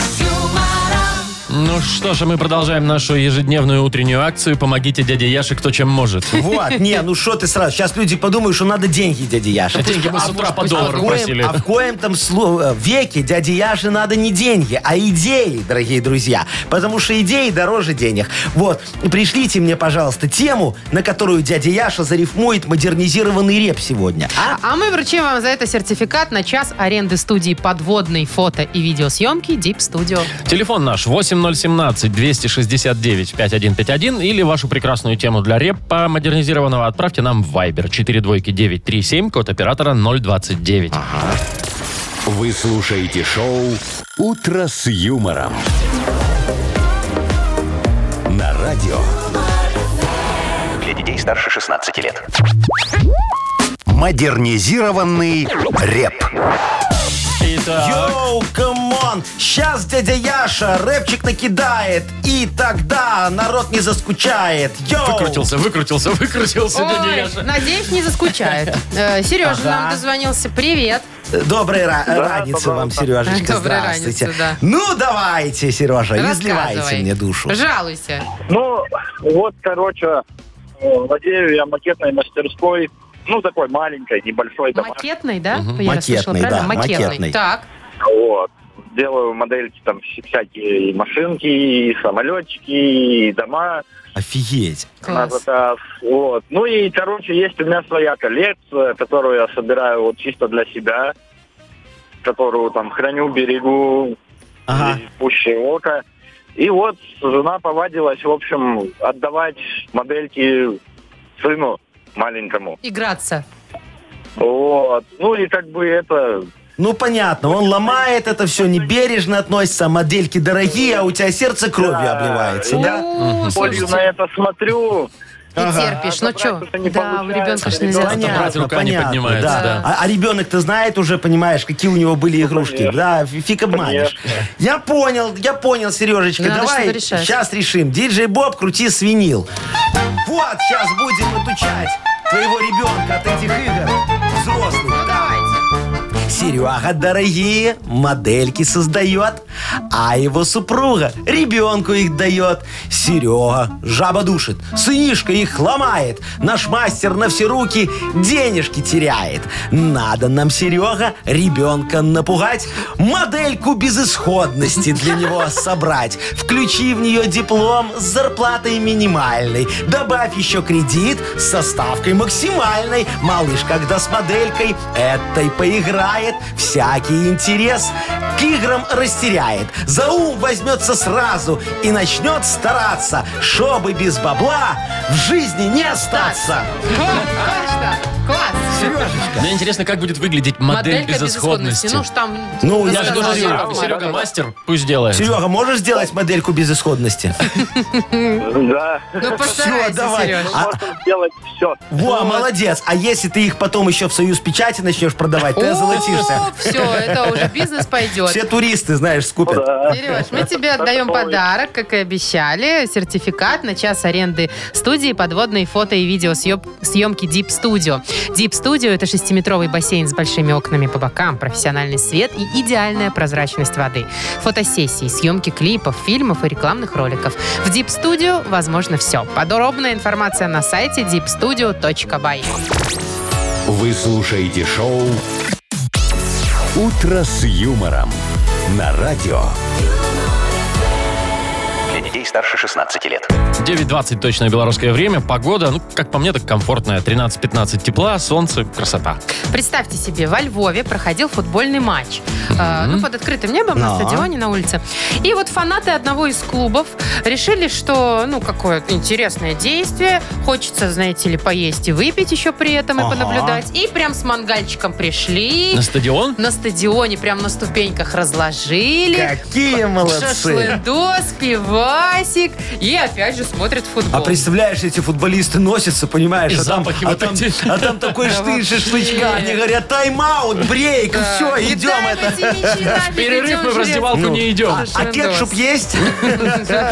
C: Ну что же, мы продолжаем нашу ежедневную утреннюю акцию «Помогите дяде Яше, кто чем может».
A: Вот, не, ну что ты сразу. Сейчас люди подумают, что надо деньги дяде Яше.
C: Деньги мы с утра по доллару
A: коем-
C: просили.
A: а в коем там сло- э, веке дяде Яше надо не деньги, а идеи, дорогие друзья. Потому что идеи дороже денег. Вот, и пришлите мне, пожалуйста, тему, на которую дядя Яша зарифмует модернизированный реп сегодня.
B: А, а мы вручим вам за это сертификат на час аренды студии подводной фото и видеосъемки Deep Studio.
C: Телефон наш 8017-269-5151 или вашу прекрасную тему для репа модернизированного отправьте нам в Viber 42937, код оператора 029.
D: Вы слушаете шоу «Утро с юмором». На радио
E: Для детей старше 16 лет.
D: «Модернизированный реп».
C: Итак,
A: Йоу, камон! Сейчас дядя Яша рэпчик накидает, и тогда народ не заскучает. Йоу!
C: выкрутился, выкрутился, выкрутился дядя
B: Ой,
C: Яша.
B: надеюсь, не заскучает. Э,
A: Ага.
B: Сережа нам дозвонился. Привет.
A: Э, Доброй ра- разницы вам, Сережечка.
B: Доброй
A: Здравствуйте.
B: разницы, да.
A: Ну, давайте, Сережа, изливайте
B: Рассказывай.
A: мне душу.
B: Жалуйся.
H: Ну, вот, короче, э, владею я макетной мастерской. Ну, такой маленькой, небольшой домашней.
B: Макетный, да?
C: Мгм.
B: Я расслышала
A: Макетный,
B: правильно?
A: да,
B: Макетный.
A: макетный.
B: Так.
H: Вот. Делаю модельки там всякие и машинки, и самолетики, и дома
A: Офигеть.
H: на
B: Класс.
H: заказ. Вот. Ну и, короче, есть у меня своя коллекция, которую я собираю вот чисто для себя, которую там храню, берегу,
A: Ага.
H: и пуще ока. И вот жена повадилась, в общем, отдавать модельки сыну маленькому.
B: Играться.
H: Вот. Ну и как бы это...
A: Ну, понятно, он ломает это все, небережно относится, модельки дорогие, а у тебя сердце кровью
H: Да.
A: обливается, да?
B: У,
H: Болью
B: слушайте.
H: на это смотрю.
B: Ты
A: Ага.
B: терпишь. Ну что?
H: А Забрать это не
B: Да, у
H: получается.
B: ребенка же нельзя.
C: Ребенок
B: забрать.
C: брать Ну, рука не поднимается, да. Ну,
A: А, ребенок-то знает уже, понимаешь, какие у него были игрушки.
H: конечно.
A: Да, фи- фиг обманешь. Я понял, я понял, Сережечка.
B: Надо
A: Давай
B: что-то решать.
A: сейчас решим. Диджей Боб, крути свинил. Вот, сейчас будем отучать твоего ребенка от этих игр взрослых.
B: Ну, давайте.
A: Серега дорогие модельки создает, а его супруга ребенку их дает. Серега жаба душит, сынишка их ломает. Наш мастер на все руки денежки теряет. Надо нам, Серега, ребенка напугать, модельку безысходности для него собрать. Включи в нее диплом с зарплатой минимальной. Добавь еще кредит со ставкой максимальной. Малыш, когда с моделькой этой поиграет, всякий интерес к играм растеряет. За ум возьмется сразу и начнет стараться, чтобы без бабла в жизни не остаться.
B: Точно. Класс.
A: Сережечка.
C: Мне Ну, интересно, как будет выглядеть модель
B: Моделька
C: безысходности.
B: Ну, что там...
A: Ну,
C: Я же
B: сказала,
C: тоже
B: я
C: Серега,
B: вам
C: Серега мастер, пусть делает.
A: Серега, можешь сделать модельку безысходности?
H: Да.
B: Ну,
A: Все,
B: постарайся,
A: давай.
B: Сереж.
A: А,
H: Можно сделать все.
A: Во, молодец. А если ты их потом еще в Союз печати начнешь продавать, ты озолотишься.
B: Все, это уже бизнес пойдет.
A: Все туристы, знаешь,
H: ну
A: скупят.
B: Сереж, мы тебе отдаем подарок, как и обещали. Сертификат на час аренды студии подводные фото и видео съем- съемки Deep Studio. Deep Studio – это шестиметровый бассейн с большими окнами по бокам, профессиональный свет и идеальная прозрачность воды. Фотосессии, съемки клипов, фильмов и рекламных роликов. В Deep Studio возможно все. Подробная информация на сайте deepstudio.by.
D: Вы слушаете шоу «Утро с юмором» на радио.
E: Для детей старше 16 лет.
C: 9.20 точное белорусское время. Погода, ну, как по мне, так комфортная. 13-15 тепла, солнце, красота.
B: Представьте себе, во Львове проходил футбольный матч. Э, ну, под открытым небом на
A: Да.
B: стадионе на улице. И вот фанаты одного из клубов решили, что, ну, какое интересное действие. Хочется, знаете ли, поесть и выпить еще при этом и
A: Ага.
B: понаблюдать. И прям с мангальчиком пришли.
C: На стадион?
B: На стадионе прям на ступеньках разложили.
A: Какие молодцы.
B: Шашлындос, пивасик. И опять же смотрят футбол.
A: А представляешь, эти футболисты носятся, понимаешь,
C: И
A: а там,
C: запахи
A: а
C: вот
A: там-
C: эти.
A: а там такой штырь
B: вообще.
A: шашлычка. Они говорят, тайм-аут, брейк,
B: Да.
A: все,
B: И
A: идем
B: давайте
A: это.
B: мечи, давайте
C: Перерыв
B: идем
C: мы в
B: жрец.
C: раздевалку
A: Ну,
C: не идем.
A: А, а
B: Шандос.
A: кетчуп есть?
B: Ну,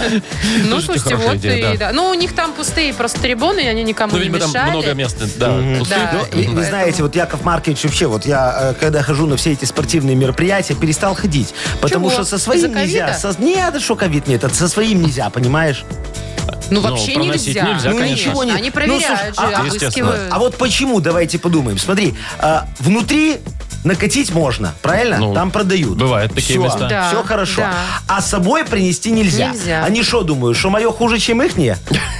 C: Слушайте,
B: слушайте,
C: хорошая
B: вот
C: идея,
B: и
C: да.
B: да. Ну, у них там пустые просто трибуны, и они никому
C: Ну,
B: не
C: видимо, там много
B: мешали.
C: места. Да, пустых.
B: Да.
A: Вы, вы знаете, вот Яков Маркович вообще, вот я, э, когда хожу на все эти спортивные мероприятия, перестал ходить. Потому
B: Чего?
A: что со своим
B: Из-за
A: нельзя.
B: ковида?
A: Со, нет, это что ковид, нет, это со своим нельзя, понимаешь?
B: Ну, вообще
C: проносить
B: нельзя.
C: нельзя, Да,
A: ну
C: конечно.
A: ничего не...
B: Они
A: ну,
B: проверяют
A: слушай,
B: же,
A: а-
C: естественно.
B: обыскивают.
A: а вот почему, давайте подумаем. Смотри, э, внутри накатить можно, правильно?
C: Ну,
A: Там продают.
C: бывают такие
A: Всё,
C: места.
B: Да,
A: Все хорошо.
B: да.
A: А с собой принести нельзя. А
B: Нельзя.
A: Они что думают, что мое хуже, чем ихнее?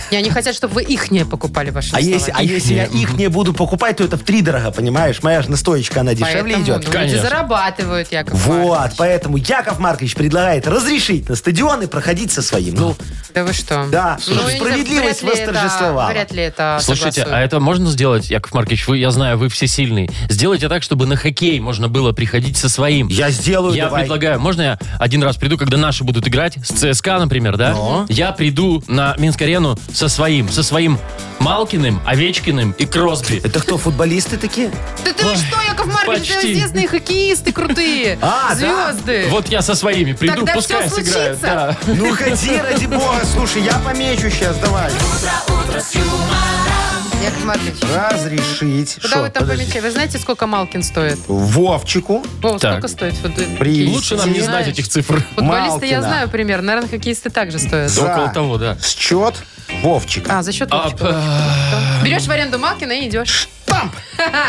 B: И они хотят, чтобы вы их не покупали, ваши
A: А если, а если я их не буду покупать, то это в три дорого, понимаешь? Моя же настоечка, она дешевле идет.
B: люди
C: Конечно.
B: зарабатывают, Яков
A: Вот,
B: Маркович.
A: поэтому Яков Маркович предлагает разрешить на стадионы проходить со своим. Ну,
B: Да вы что?
A: да,
B: Ну, я не знаю,
A: справедливость
B: вряд ли это-
A: восторжествовала.
B: Вряд ли это
C: Слушайте, а
B: согласуют.
C: это можно сделать, Яков Маркович? Вы, я знаю, вы все сильные. Сделайте так, чтобы на хоккей можно было приходить со своим.
A: Я сделаю,
C: Я
A: давай.
C: предлагаю, можно я один раз приду, когда наши будут играть с ЦСКА, например, да? Я приду на Минск-арену со своим, со своим Малкиным, Овечкиным и Кросби.
A: Это кто, футболисты такие?
B: Да ты что, Яков Маркович, это
C: а почти.
B: известные хоккеисты крутые.
A: А, да.
B: Звезды.
C: Вот я со своими приду,
B: Тогда
C: пускай
B: всё
C: сыграют. да.
A: Ну, ходи, ради бога, слушай, я помечу сейчас, давай.
B: Яков Маркович,
A: Разрешить.
B: куда
A: Шо,
B: вы там
A: подожди.
B: помечали? Вы знаете, сколько Малкин стоит?
A: Вовчику.
B: Вова,
C: Так.
B: сколько стоит? фут-
A: Привет.
C: Лучше нам не знать
B: Знаешь.
C: этих цифр.
B: Футболисты я
A: Малкина.
B: знаю примерно. Наверное, хоккеисты также стоят.
A: За.
C: Около того, да.
A: Счет Вовчика.
B: А, за счет
C: А,
B: Вовчика.
C: Э.
B: Берешь в аренду Малкина и идешь.
A: Штамп!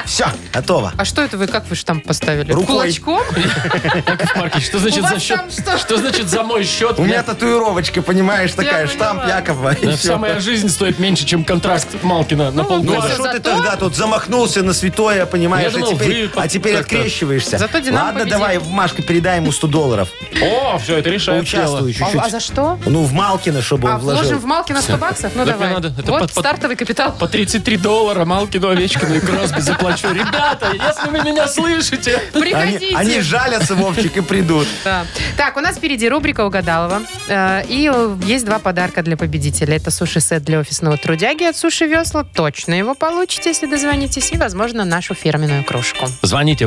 A: Все, готово.
B: А что это вы, как вы штамп поставили?
A: Рукой.
B: Кулачком?
C: Яков Маркович, что значит
B: У вас
C: за счет?
B: там что?
C: Что значит за мой счет?
A: У меня татуировочка, понимаешь, такая, штамп
B: поняла.
A: Якова. и
C: Да,
A: всё.
C: Вся моя жизнь стоит меньше, чем контракт Малкина на
A: Ну а
C: полгода.
B: всё,
A: что ты
B: зато-
A: тогда тут замахнулся на святое, понимаешь,
C: Я думал,
A: а теперь,
C: вы
A: а теперь
C: как-то-
A: открещиваешься.
B: Зато «Динамо»
A: Ладно,
B: победили.
A: давай, Машка, передай ему 100 долларов.
C: О, все, это решает дело.
A: Поучаствуй чуть-чуть.
B: А, а за что?
A: Ну, в Малкина, чтобы
B: А,
A: он вложил.
B: вложим в Малкина 100 баксов? Ну
C: Так мне
B: давай.
C: надо. Это
B: Вот
C: под- под-
B: стартовый капитал.
C: По 33 доллара Малкину, Овечкину и Кросби заплачу. Ребята, если вы меня слышите...
B: Приходите.
A: Они, они жалятся, Вовчик, и придут.
B: Да. Так, у нас впереди рубрика «Угадалова». Э, И э, есть два подарка для победителя. Это суши-сет для офисного трудяги от Суши Весла. Точно его получите, если дозвонитесь. И, возможно, нашу фирменную кружку.
C: Звоните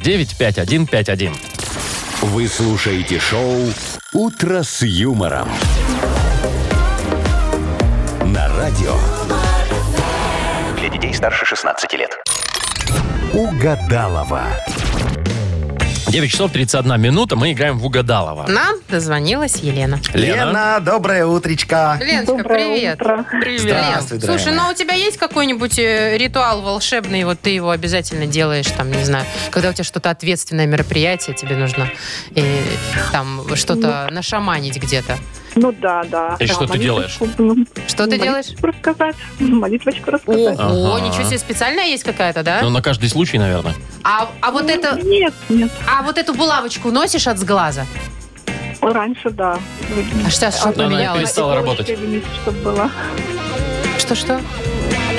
C: 8017-269-5151.
D: Вы слушаете шоу «Утро с юмором» на радио.
E: Для детей старше 16 лет.
D: Угадалова.
C: 9 часов 31 минута, мы играем в Угадалова.
B: Нам дозвонилась Елена.
C: Лена?
A: доброе утречко.
B: Леночка,
F: Доброе
B: привет.
F: утро.
B: Привет.
A: Здравствуй, дорогая.
B: Слушай, ну а у тебя есть какой-нибудь э, ритуал волшебный, вот ты его обязательно делаешь, там, не знаю, когда у тебя что-то ответственное мероприятие тебе нужно, и там что-то нашаманить где-то.
F: Ну да, да.
C: И
F: Да,
C: что ты делаешь?
F: молитвочку, м,
B: Что ты
F: молитвочку
B: делаешь?
F: рассказать. Молитвочку
B: Ого,
F: рассказать.
C: Ага.
B: ничего себе, специальная есть какая-то, да?
C: Ну, на каждый случай, наверное.
B: А, а вот это,
F: Ну, Нет, нет.
B: а вот эту булавочку носишь от сглаза?
F: Раньше, да.
B: А сейчас что
C: Да, она
B: поменялось?
C: перестала работать.
F: Чтобы было.
B: Что-что?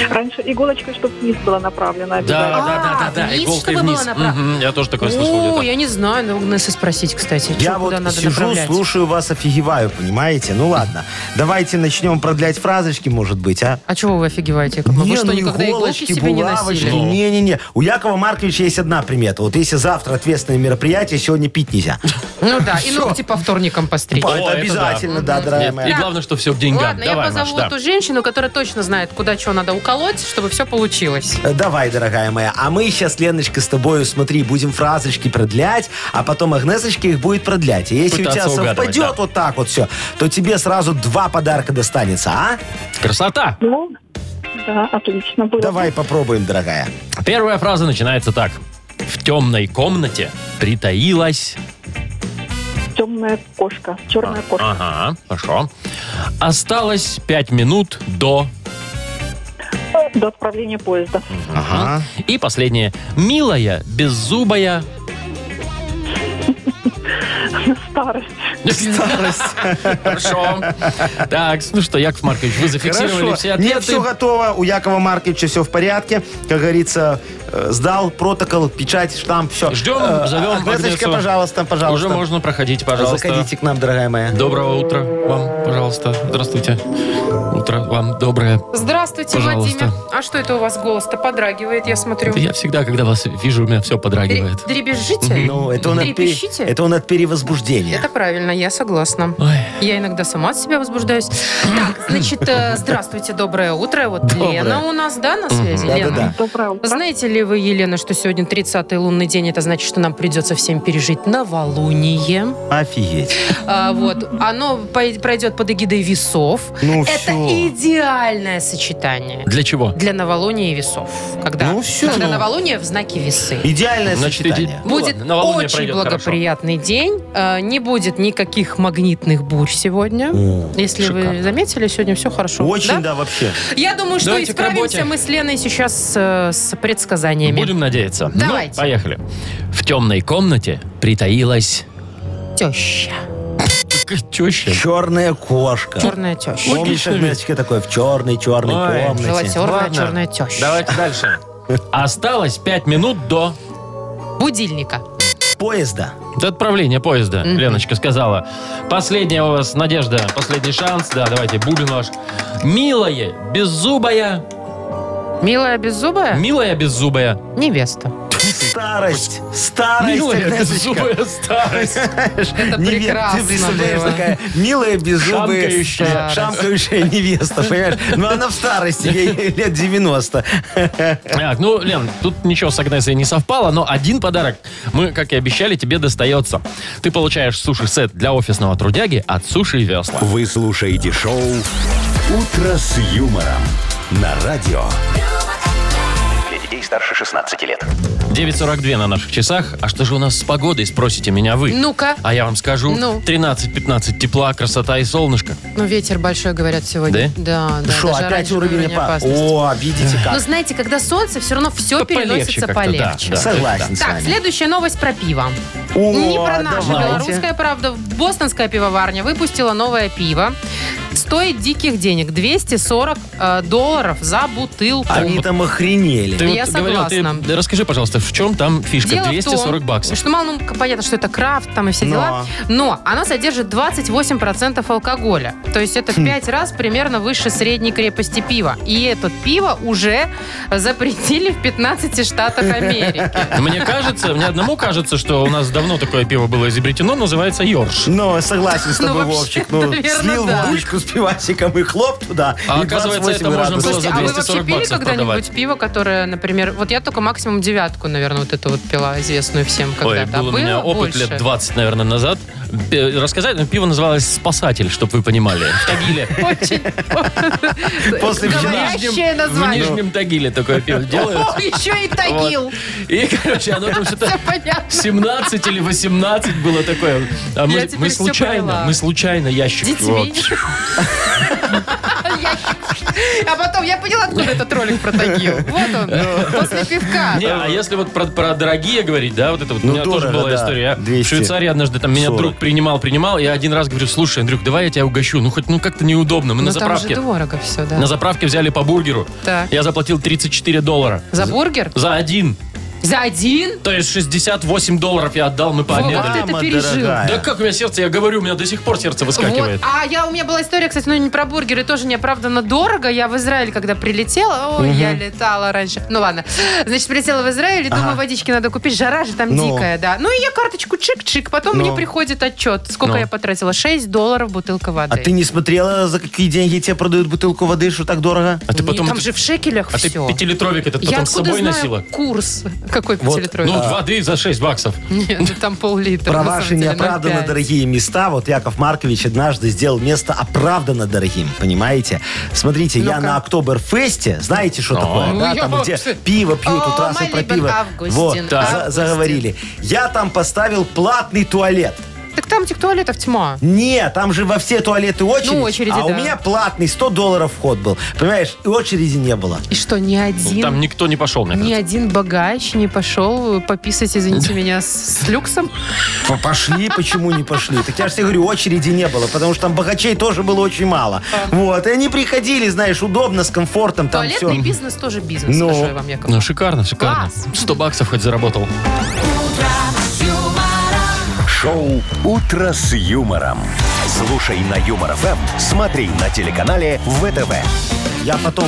F: Раньше иголочка, чтобы вниз была направлена. обязательно.
B: да, да, да, А, вниз, иголкой чтобы вниз. было направо.
C: Мгм, Я тоже такое слышал
B: О,
C: где-то.
B: я не знаю, надо у Нессы спросить, кстати,
A: Я
B: чё,
A: вот
B: куда надо
A: сижу,
B: направлять.
A: слушаю вас, офигеваю, понимаете? Ну ладно, давайте начнем продлять фразочки, может быть, а?
B: А чего вы офигеваете? Яков?
A: Не,
B: Вы что,
A: ну
B: никогда иголки
A: иголочки,
B: себе не
A: булавочки.
B: носили?
A: Не-не-не. У Якова Марковича есть одна примета. Вот если завтра ответственное мероприятие, сегодня пить нельзя.
B: Ну да, и ногти по вторникам постричь.
A: Ба,
C: О,
A: это
C: это
A: обязательно, да, дорогая
C: Нет, И
A: моя.
C: главное, что все к деньгам.
B: Ладно,
C: Давай,
B: я позову
C: Маш, да.
B: ту женщину, которая точно знает, куда чего надо уколоть, чтобы все получилось.
A: Э, Давай, дорогая моя. А мы сейчас, Леночка, с тобою, смотри, будем фразочки продлять, а потом Агнесочка их будет продлять. И если
C: Пытаться
A: у тебя
C: угадывать,
A: совпадет
C: да.
A: вот так вот все, то тебе сразу два подарка достанется, а?
C: Красота!
F: Ну, да, отлично было.
A: Давай попробуем, дорогая.
C: Первая фраза начинается так. В темной комнате притаилась...
F: Темная кошка, черная кошка.
C: Ага, хорошо. Осталось пять минут до...
F: До отправления поезда.
A: Ага.
C: И последнее. Милая, беззубая...
F: Старость.
C: Хорошо. Так, ну что, Яков Маркович, вы зафиксировали
A: Хорошо.
C: все
A: Нет, все
C: ответы.
A: готово. У Якова Марковича все в порядке. Как говорится, э, сдал протокол, печать, штамп, все.
C: Ждем, зовем
A: Агнесочка,
C: Агнесу.
A: пожалуйста, пожалуйста.
C: Уже можно проходить, пожалуйста.
A: Заходите к нам, дорогая моя.
C: Доброго утра вам, пожалуйста. Здравствуйте. Утро вам доброе.
B: Здравствуйте,
C: Пожалуйста.
B: Владимир. А что это у вас голос-то подрагивает, я смотрю.
C: Я всегда, когда вас вижу, у меня все
B: Дре-
C: подрагивает.
B: Дребезжите?
A: Ну, это он, от пере-
B: Трепещите?
A: это он от перевозбуждения.
B: Это правильно, я согласна.
C: Ой.
B: Я иногда сама от себя возбуждаюсь. Так, значит, э, здравствуйте, доброе утро. Вот
A: Доброе.
B: Лена у нас, да, на связи?
A: Да-да-да.
B: Лена?
F: Доброе утро.
B: Знаете ли вы, Елена, что сегодня 30-й лунный день, это значит, что нам придется всем пережить новолуние.
A: Офигеть.
B: А, вот. Оно пой- пройдет под эгидой весов.
A: Ну
B: это
A: всё.
B: идеальное сочетание
C: Для чего?
B: для новолуния и весов. Когда,
A: Ну всё.
B: когда
A: Ну.
B: новолуние в знаке весы.
A: Идеальное
C: Значит,
A: сочетание.
C: иди- Ну
B: Будет
C: ладно, новолуние
B: очень
C: пройдет
B: благоприятный день. Э, Не будет никаких магнитных бурь сегодня.
A: О,
B: Если вы
C: шикарно.
B: заметили, сегодня все хорошо.
A: Очень,
B: Да?
A: да, вообще.
B: Я думаю, что
C: Давайте к работе.
B: исправимся мы с Леной сейчас э, с предсказаниями.
C: Будем надеяться. Ну,
B: Давайте.
C: поехали. В темной комнате притаилась
B: Теща.
C: теща.
A: Черная кошка.
B: Черная теща.
A: Помнишь, Агнесочка, такое в черной, черной
C: Ой.
A: комнате.
B: Желатерная
C: Ладно.
B: черная теща.
C: Давайте дальше. Осталось пять минут до,
B: Будильника.
A: Поезда.
C: до отправления поезда,
B: Мгм.
C: Леночка сказала. Последняя у вас надежда, последний шанс. Да, давайте, бубен ваш. Милая, беззубая,
B: Милая беззубая?
C: милая, беззубая.
B: Невеста.
A: Старость. Старость,
C: Милая,
A: Агнесочка.
C: беззубая старость.
B: Это
A: Неве-
B: прекрасно
A: Ты представляешь,
B: было.
A: такая милая, беззубая,
C: Шамкающая.
A: старость. шамкающая невеста, понимаешь? Ну, она в старости, ей лет 90.
C: Так, ну, Лен, тут ничего с Агнесой не совпало, но один подарок мы, как и обещали, тебе достается. Ты получаешь суши-сет для офисного трудяги от Суши Весла.
D: Вы слушаете шоу «Утро с юмором» на радио.
E: Для детей старше 16 лет.
C: 9.42 на наших часах. А что же у нас с погодой, спросите меня вы.
B: Ну-ка.
C: А я вам скажу,
B: Ну.
C: 13-15 тепла, красота и солнышко.
B: Ну, ветер большой, говорят, сегодня. Да, да.
A: Что,
B: даже
A: опять
B: оранжевый
A: уровень
B: уровень
A: опа-
B: опасности.
A: О, видите
B: Но
A: как.
B: знаете, когда солнце, все равно все
C: Полегче
B: переносится
C: как-то, да,
B: полегче.
C: да.
A: Согласен с
B: Так,
A: вами.
B: следующая новость про пиво.
A: О,
B: Не про наше.
A: давайте.
B: Белорусская правда. Бостонская пивоварня выпустила новое пиво. Стоит диких денег. 240 э, долларов за бутылку.
A: Они там охренели.
C: Ты
B: Я
C: вот говорил, ты
B: согласна.
C: да расскажи, пожалуйста, в чем там фишка?
B: Дело в том,
C: 240 баксов.
B: Что мало, ну, к- понятно, что это крафт там и все
A: Но.
B: дела. Но она содержит 28% алкоголя. То есть это в
C: Хм.
B: 5 раз примерно выше средней крепости пива. И это пиво уже запретили в 15 штатах Америки.
C: Мне кажется, мне одному кажется, что у нас давно такое пиво было изобретено, называется Йорш.
A: Ну, согласен с
B: Ну,
A: тобой,
B: вообще,
A: Вовчик. Ну,
B: наверно,
A: слил
B: да.
A: в бучку, с пивасиком и хлоп туда.
C: А
A: и
C: оказывается,
A: 28
C: это можно
A: градусов.
C: было
B: Слушайте,
C: за
B: а вы
C: 240
B: вообще пили
C: баксов
B: когда-нибудь
C: продавать.
B: пиво, которое, например... Вот я только максимум девятку, наверное, вот это вот пила, известную всем
C: Ой,
B: когда-то. А
C: был у меня опыт
B: больше?
C: лет 20, наверное, назад. Пе- Рассказать, ну, пиво называлось «Спасатель», чтобы вы понимали. В Тагиле.
B: Очень.
A: После
C: В
A: вчера-
B: Говорящее
C: Нижнем- В
B: название.
C: Нижнем Тагиле такое пиво делают.
B: Еще и Тагил.
C: И, короче, оно там что-то
B: Все понятно.
C: 17 или 18 было такое. А
B: Я
C: мы,
B: теперь
C: мы
B: всё
C: случайно,
B: поняла.
C: мы случайно ящик.
B: Детьми. Ящик. А потом я поняла, откуда этот ролик про Тагил. Вот он, после пивка.
C: Ну. Не, а если вот про, про дорогие говорить, да, вот это вот, у
A: Ну,
C: меня тоже
A: дорого,
C: была
A: да.
C: история. Я
A: 200.
C: В Швейцарии однажды там меня
A: 40.
C: друг принимал, принимал, я один раз говорю, слушай, Андрюк, давай я тебя угощу, ну хоть ну как-то неудобно, мы на
B: Ну там же
C: заправке.
B: дорого все, да.
C: На заправке взяли по бургеру.
B: Так.
C: Я заплатил 34 доллара.
B: За бургер?
C: За один.
B: За один?
C: То есть 68 долларов я отдал, мы
B: Во, как ты
C: пообедали.
B: это
A: Мама
B: пережил?
A: дорогая.
C: Да как у меня сердце, я говорю, у меня до сих пор сердце выскакивает.
B: Вот. А я, у меня была история, кстати, ну не про бургеры, тоже неоправданно дорого. Я в Израиль, когда прилетела, ой, я летала раньше. Ну ладно. Значит, прилетела в Израиль, и думаю, водички надо купить, жара же там
A: Ну.
B: дикая, да. Ну и я карточку чик-чик, потом
A: Ну.
B: мне приходит отчет, сколько
C: Ну.
B: я потратила. 6 долларов бутылка воды.
A: А ты не смотрела, за какие деньги тебе продают бутылку воды, что так дорого?
C: А ты
B: Не,
C: потом...
B: там же в шекелях
C: А ты
B: все.
C: пятилитровик этот
B: Я
C: потом с
B: откуда
C: собой
B: знаю
C: носила?
B: курс? Какой пятилитровый?
C: Ну, воды за 6 баксов.
B: Нет, ну, там пол-литра.
A: Про
B: на самом
A: ваши
B: деле, ну,
A: неоправданно
B: 0,5.
A: дорогие места. Вот Яков Маркович однажды сделал место оправданно дорогим, понимаете? Смотрите, я
B: Ну-ка.
A: на Октоберфесте, знаете, что
C: Ну.
A: такое?
C: Ну,
A: да?
B: я
A: Там,
B: вот-
A: где пиво пьют,
B: О,
A: у трассы про
B: Малибен,
A: пиво.
B: Августин,
A: вот,
B: так.
A: за-
B: Августин.
A: заговорили. Я там поставил платный туалет.
B: Так там этих туалетов тьма.
A: Нет, там же во все туалеты очередь.
B: Ну, очереди,
A: а у
B: да.
A: меня платный 100 долларов вход был. Понимаешь, и очереди не было.
B: И что, ни один...
C: Там никто не пошел, мне
B: Ни
C: кажется.
B: один богач не пошел пописать, извините меня, с, с люксом.
A: П- Пошли, почему не пошли? Так я же тебе говорю, очереди не было, потому что там богачей тоже было очень мало. Вот, и они приходили, знаешь, удобно, с комфортом, там
B: Туалетный
A: все.
B: бизнес тоже бизнес,
A: Ну.
B: скажу я вам, Яков.
C: Ну, шикарно, шикарно.
B: Класс.
C: 100 баксов хоть заработал.
D: Шоу «Утро с юмором». Слушай на Юмор ФМ, смотри на телеканале ВТВ.
A: Я потом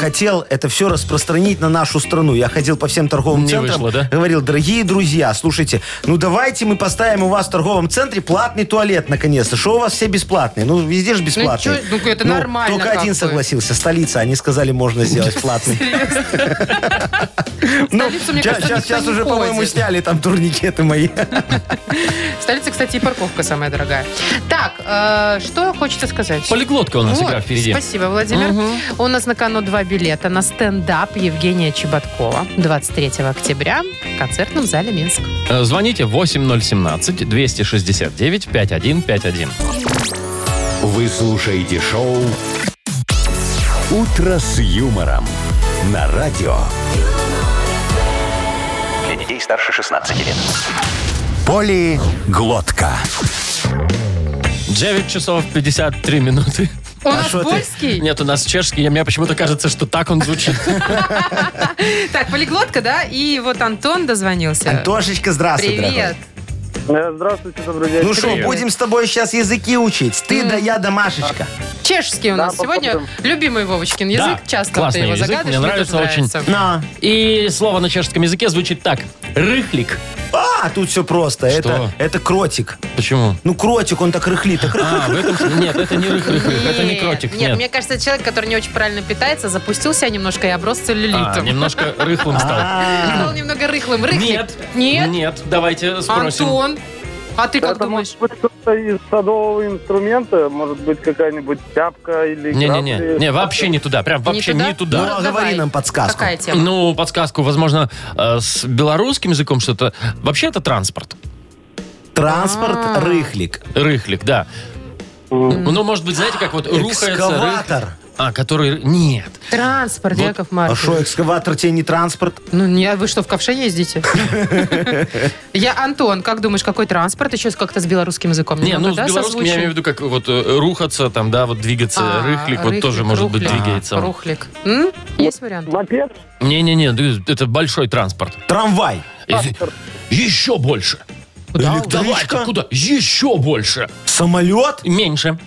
A: хотел это все распространить на нашу страну. Я ходил по всем торговым
C: Не
A: центрам,
C: вышло, да?
A: говорил, дорогие друзья, слушайте, ну давайте мы поставим у вас в торговом центре платный туалет наконец-то. Что у вас все бесплатные? Ну везде же бесплатные.
B: чё, ну, это нормально
A: Только
B: как
A: один
B: бы.
A: согласился, столица. Они сказали, можно сделать платный. Ну,
B: Столицу, мне кажется, никто
A: сейчас
B: не
A: уже, по-моему,
B: ходит.
A: сняли там турникеты мои.
B: В столице, кстати, и парковка самая дорогая. Так, э, что хочется сказать?
C: Полиглотка у нас
B: Вот,
C: игра впереди.
B: Спасибо, Владимир. У нас на кону два билета на стендап Евгения Чеботкова 23 октября в концертном зале Минск.
C: Э, Звоните 8017-269-5151.
D: Вы слушаете шоу «Утро с юмором» на радио.
E: Для детей старше 16 лет.
D: Полиглотка.
C: 9 часов 53 минуты.
B: У нас
A: шо ты?
B: польский?
C: Нет, у нас чешский, а мне почему-то кажется, что так он звучит.
B: Так, полиглотка, да? И вот Антон дозвонился.
A: Антошечка, здравствуй, дорогой.
B: Привет.
H: Э, Здравствуйте, добрый день.
A: Ну что,
B: Привет.
A: будем с тобой сейчас языки учить? Ты да я да Машечка.
B: Чешский у
H: Да,
B: нас сегодня
H: попробуем.
B: любимый Вовочкин язык.
C: Да,
B: Часто
C: классный
B: ты его
C: язык,
B: загадываешь.
C: мне нравится
B: тоже
C: очень.
B: нравится.
A: На.
C: И слово на чешском языке звучит так. Рыхлик.
A: А, тут все просто.
C: Что?
A: Это, это кротик.
C: Почему?
A: Ну, кротик, он так рыхлит. Так рых-
C: А, в этом... Нет, это не рых-рых-рых, это не
B: Нет,
C: кротик.
B: Нет, мне кажется, это человек, который не очень правильно питается, запустил себя немножко и оброс
C: А,
B: целлюлитом.
C: немножко рыхлым стал.
A: Ну,
B: Стал немного рыхлым. Рыхлик?
C: Нет.
B: Нет?
C: А, Нет, давайте спросим.
B: Антон, а ты как думаешь?
H: Может быть, кто-то из садового инструмента, может быть, какая-нибудь тяпка или...
C: Не-не-не,
H: грабли.
C: не, вообще не туда, прям вообще
B: туда?
C: не
A: Ну,
C: туда.
A: а
B: давай.
A: говори нам подсказку.
B: Какая тема?
C: Ну, подсказку, возможно, э, с белорусским языком что-то. Вообще это транспорт.
A: Транспорт,
B: А.
A: рыхлик.
C: Рыхлик, да. Ну, может быть, знаете, как вот рухается...
A: Экскаватор.
C: рыхлик. А, который... Нет.
B: Транспорт, Яков
A: А
B: Маркович.
A: что, экскаватор тебе не транспорт?
B: Ну, не, а вы что, в ковше ездите? Я, Антон, как думаешь, какой транспорт? Еще как-то с белорусским языком.
C: Не,
B: немного,
C: ну, с
B: да,
C: белорусским я
B: созвучен?
C: имею в виду, как вот э, рухаться, там, да, вот двигаться.
B: А,
C: рыхлик, э, вот тоже, может быть,
B: рухлик.
C: двигается. он.
B: Рухлик. М? Есть вариант?
H: Мопед?
C: Не-не-не, ты- это большой транспорт.
A: Трамвай.
C: Еще больше. Давай,
A: Электричка.
C: куда? Еще больше.
A: Самолет?
C: Меньше.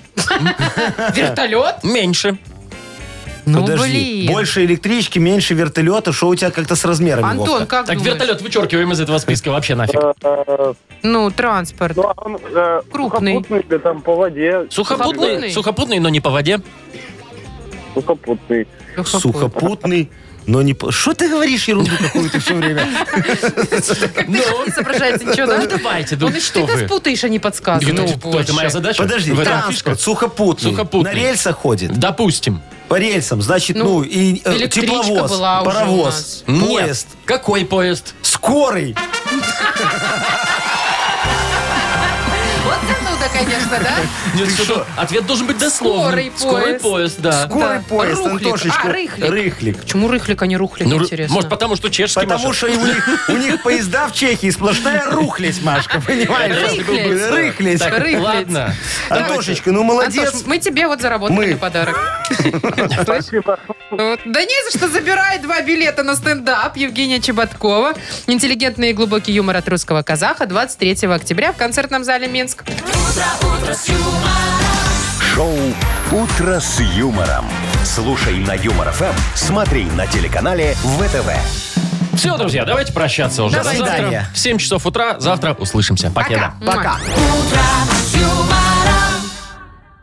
B: Вертолет?
C: Меньше.
B: Ну,
A: Подожди.
B: блин.
A: Больше электрички, меньше вертолета. Что у тебя как-то с размерами,
B: Антон,
A: Вовка?
B: как
C: Так,
B: думаешь?
C: вертолет вычеркиваем из этого списка вообще нафиг.
H: Э,
B: Ну, транспорт.
H: Ну, а он э,
B: Крупный.
H: сухопутный, да, там по воде.
C: Сухопутный,
B: Сухопутный?
C: сухопутный, но не по воде.
H: Сухопутный.
B: Сухопутный.
A: Сухопутный, но не... по- Что ты говоришь ерунду какую-то все время?
B: Как ты не соображается ничего, да?
C: Ну, давайте, ну
B: Он еще
C: что
B: ты-то
C: вы.
B: спутаешь, а не подсказываешь.
C: Ну,
B: Ну,
C: это моя
B: больше.
C: задача.
A: Подожди,
C: В этом фишка.
A: транспорт, сухопутный.
C: Сухопутный.
A: На рельсах ходит.
C: Допустим.
A: По рельсам, значит, ну,
B: Ну,
A: и э,
B: электричка
A: тепловоз,
B: была уже
A: паровоз,
C: Нет.
A: поезд,
C: Какой поезд?
A: скорый.
B: Вот зануда, конечно, да?
C: Нет, что-то- Ответ должен быть дословный.
B: Скорый поезд.
C: поезд, да.
A: Скорый
B: Да.
A: поезд,
B: Рухлик.
A: Антошечка.
B: А, рыхлик.
A: Рыхлик.
B: Почему рыхлик, а не рухлик,
C: Ну,
B: интересно?
C: Может, потому что чешский
A: Потому
C: машет.
A: что и у них, у них поезда в Чехии сплошная рухлядь, Машка, понимаешь?
B: Рыхлядь.
A: Рыхлядь.
C: Так,
B: рыхлядь.
C: ладно.
A: Антошечка, ну
B: Антош,
A: молодец.
B: мы тебе вот
A: Мы.
B: заработали на подарок.
H: Спасибо.
B: Вот. Да не за что, забирай два билета на стендап Евгения Чеботкова. Интеллигентный и глубокий юмор от русского казаха 23 октября в концертном зале Минск.
D: Шоу «Утро с юмором». Слушай на Юмор ФМ, смотри на телеканале ВТВ.
C: Все, друзья, давайте прощаться уже.
A: До свидания.
C: завтра в 7 часов утра. Завтра услышимся. Покеда.
B: Пока.
A: Пока.
G: Утро